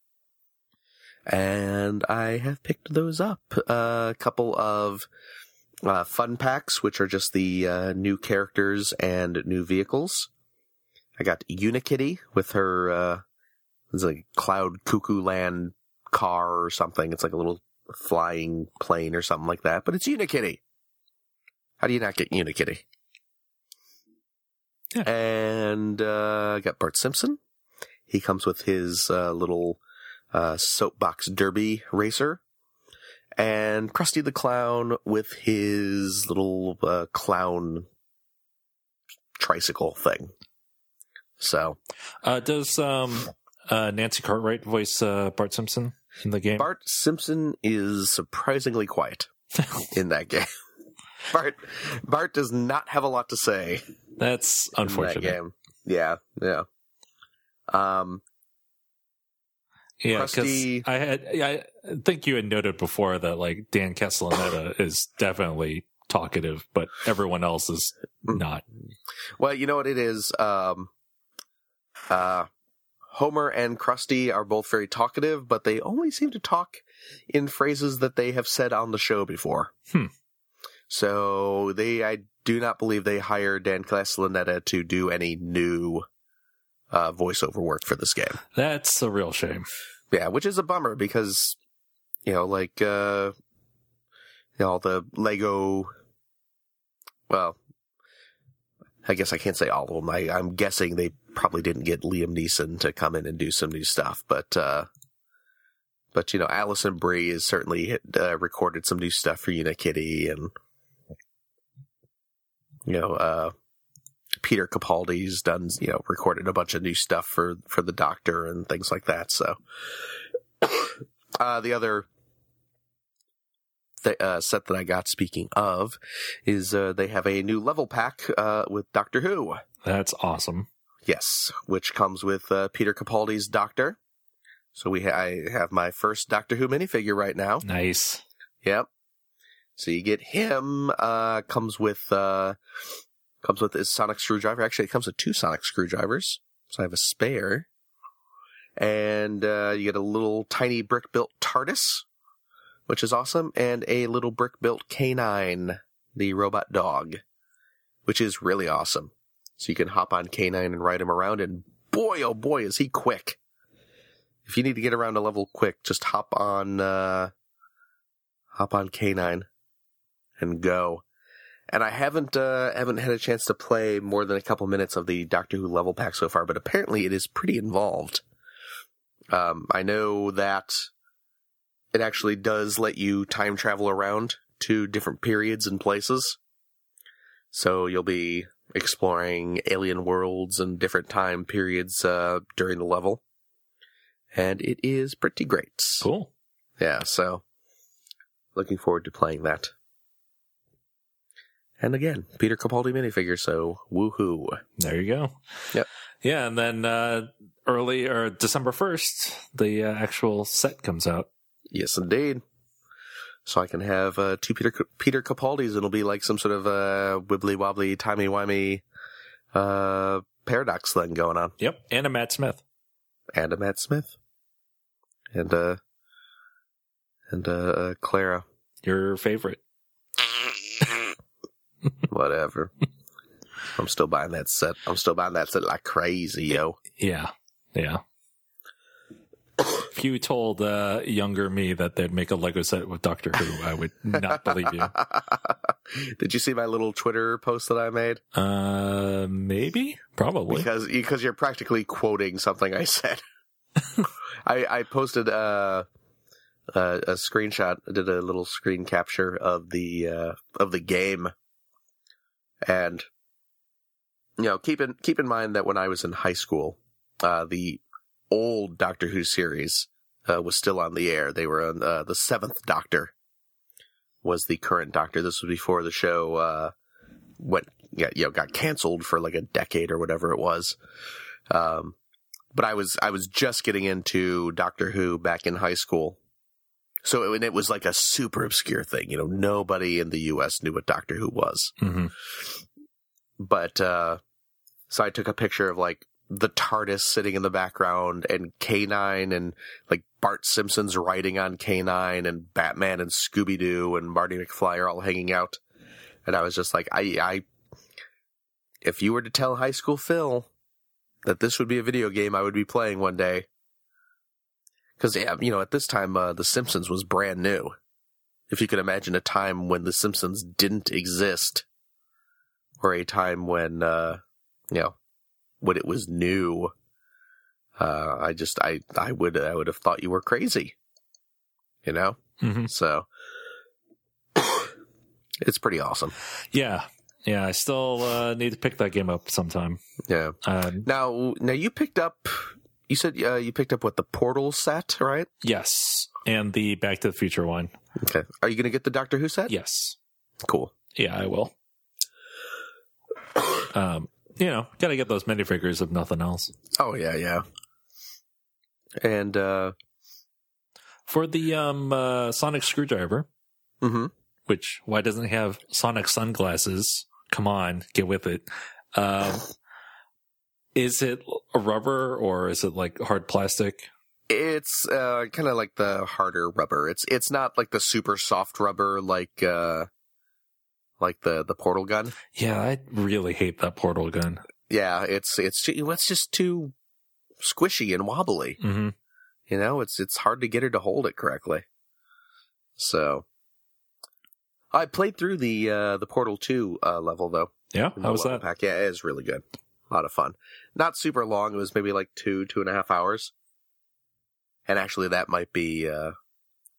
and I have picked those up. Uh, a couple of uh, fun packs, which are just the uh, new characters and new vehicles. I got Unikitty with her, uh, it's like Cloud Cuckoo Land car or something. It's like a little flying plane or something like that, but it's Unikitty. How do you not get Unikitty? Yeah. And uh, I got Bart Simpson. He comes with his uh, little uh, soapbox derby racer and Krusty the Clown with his little uh, clown tricycle thing. So Uh, does um, uh, Nancy Cartwright voice uh, Bart Simpson in the game? Bart Simpson is surprisingly quiet in that game. Bart Bart does not have a lot to say That's in that unfortunate. game. Yeah, yeah. Um, Yeah, because Krusty- I had I think you had noted before that like Dan Castellaneta is definitely talkative, but everyone else is Mm. not. Well, you know what it is. Um, uh, Homer and Krusty are both very talkative, but they only seem to talk in phrases that they have said on the show before. Hmm. So they, I do not believe they hired Dan Castellaneta to do any new uh, voiceover work for this game. That's a real shame. Yeah, which is a bummer because you know, like uh you know, the Lego well I guess I can't say all of them. I, I'm guessing they probably didn't get Liam Neeson to come in and do some new stuff, but uh But you know, Allison Brie has certainly uh, recorded some new stuff for Unikitty, and you know, uh, Peter Capaldi's done you know recorded a bunch of new stuff for for the Doctor and things like that. So uh, the other th- uh, set that I got, speaking of, is uh, they have a new level pack uh, with Doctor Who. That's awesome. Yes, which comes with uh, Peter Capaldi's Doctor. So we ha- I have my first Doctor Who minifigure right now. Nice. Yep. So you get him. Uh, comes with uh, comes with his sonic screwdriver. Actually, it comes with two sonic screwdrivers. So I have a spare, and uh, you get a little tiny brick built TARDIS, which is awesome, and a little brick built canine, the robot dog, which is really awesome. So you can hop on canine and ride him around, and boy, oh boy, is he quick! If you need to get around a level quick, just hop on. Uh, hop on K9 and go. And I haven't uh, haven't had a chance to play more than a couple minutes of the Doctor Who level pack so far, but apparently it is pretty involved. Um, I know that it actually does let you time travel around to different periods and places. So you'll be exploring alien worlds and different time periods uh, during the level, and it is pretty great. Cool. Yeah, so looking forward to playing that. And again, Peter Capaldi minifigure, so woohoo. There you go. Yep. Yeah, and then uh, early or December first, the uh, actual set comes out. Yes, indeed. So I can have uh, two Peter Peter Capaldi's, and it'll be like some sort of uh, wibbly wobbly, timey wimey uh, paradox thing going on. Yep, and a Matt Smith. And a Matt Smith, and uh, and uh, uh, Clara, Your favorite? whatever. I'm still buying that set. I'm still buying that set like crazy, yo. Yeah, yeah. if you told uh, younger me that they'd make a Lego set with Doctor Who, I would not believe you. Did you see my little Twitter post that I made? Uh, maybe, probably. Because because you're practically quoting something I said. I I posted uh, a a screenshot, did a little screen capture of the uh, of the game, and you know keep in keep in mind that when I was in high school, uh, the old Doctor Who series uh, was still on the air. They were on uh, the Seventh Doctor was the current Doctor. This was before the show uh, went got, you know got canceled for like a decade or whatever it was. Um, but I was I was just getting into Doctor Who back in high school. So and it was like a super obscure thing, you know. Nobody in the U.S. knew what Doctor Who was, hmm but uh, so I took a picture of like the TARDIS sitting in the background and K9 and like Bart Simpson's writing on K9 and Batman and Scooby Doo and Marty McFly are all hanging out, and I was just like, I, I, if you were to tell high school Phil that this would be a video game I would be playing one day. Because, yeah, you know, at this time, uh, The Simpsons was brand new. If you can imagine a time when The Simpsons didn't exist, or a time when, uh, you know, when it was new, uh, I just, I, I would, I would have thought you were crazy. You know? hmm So, it's pretty awesome. Yeah, yeah. I still uh, need to pick that game up sometime. Yeah. Um, Now, now you picked up, you said, uh, you picked up what, the Portal set, right? yes, and the Back to the Future one. Okay. Are you going to get the Doctor Who set? Yes. Cool. Yeah, I will. Um, you know, gotta get those minifigures if nothing else. Oh yeah, yeah. And uh For the um uh, Sonic screwdriver, mhm. which why doesn't it have Sonic sunglasses? Come on, get with it. Um, is it a rubber or is it like hard plastic? It's uh kind of like the harder rubber. It's it's not like the super soft rubber like uh like the the portal gun. Yeah, I really hate that portal gun. Yeah, it's it's ju- well, it's just too squishy and wobbly. hmm You know, it's it's hard to get her to hold it correctly. So I played through the uh the Portal 2 uh level though. Yeah, in the how was level that? Pack. Yeah, it is really good. A lot of fun. Not super long. It was maybe like two, two and a half hours. and actually that might be uh,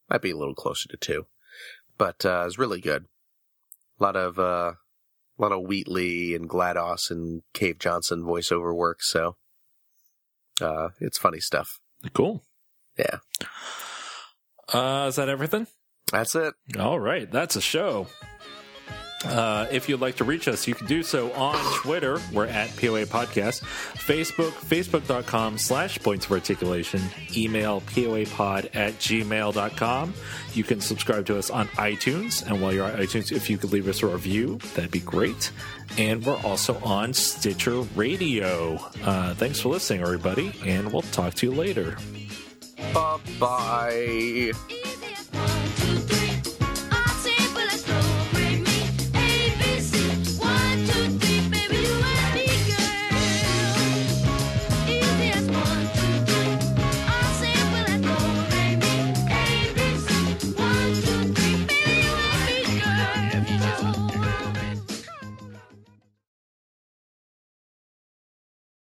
might be a little closer to two, but uh, it's really good. A lot of uh, a lot of Wheatley and Glados and Cave Johnson voiceover work, so uh, it's funny stuff. Cool. Yeah, Uh, is that everything? that's it. All right, that's a show. Uh, if you'd like to reach us, you can do so on Twitter. We're at POA Podcast. Facebook, facebook.com slash points of articulation. Email POApod at gmail.com. You can subscribe to us on iTunes. And while you're on iTunes, if you could leave us a review, that'd be great. And we're also on Stitcher Radio. Uh, thanks for listening, everybody. And we'll talk to you later. Bye bye.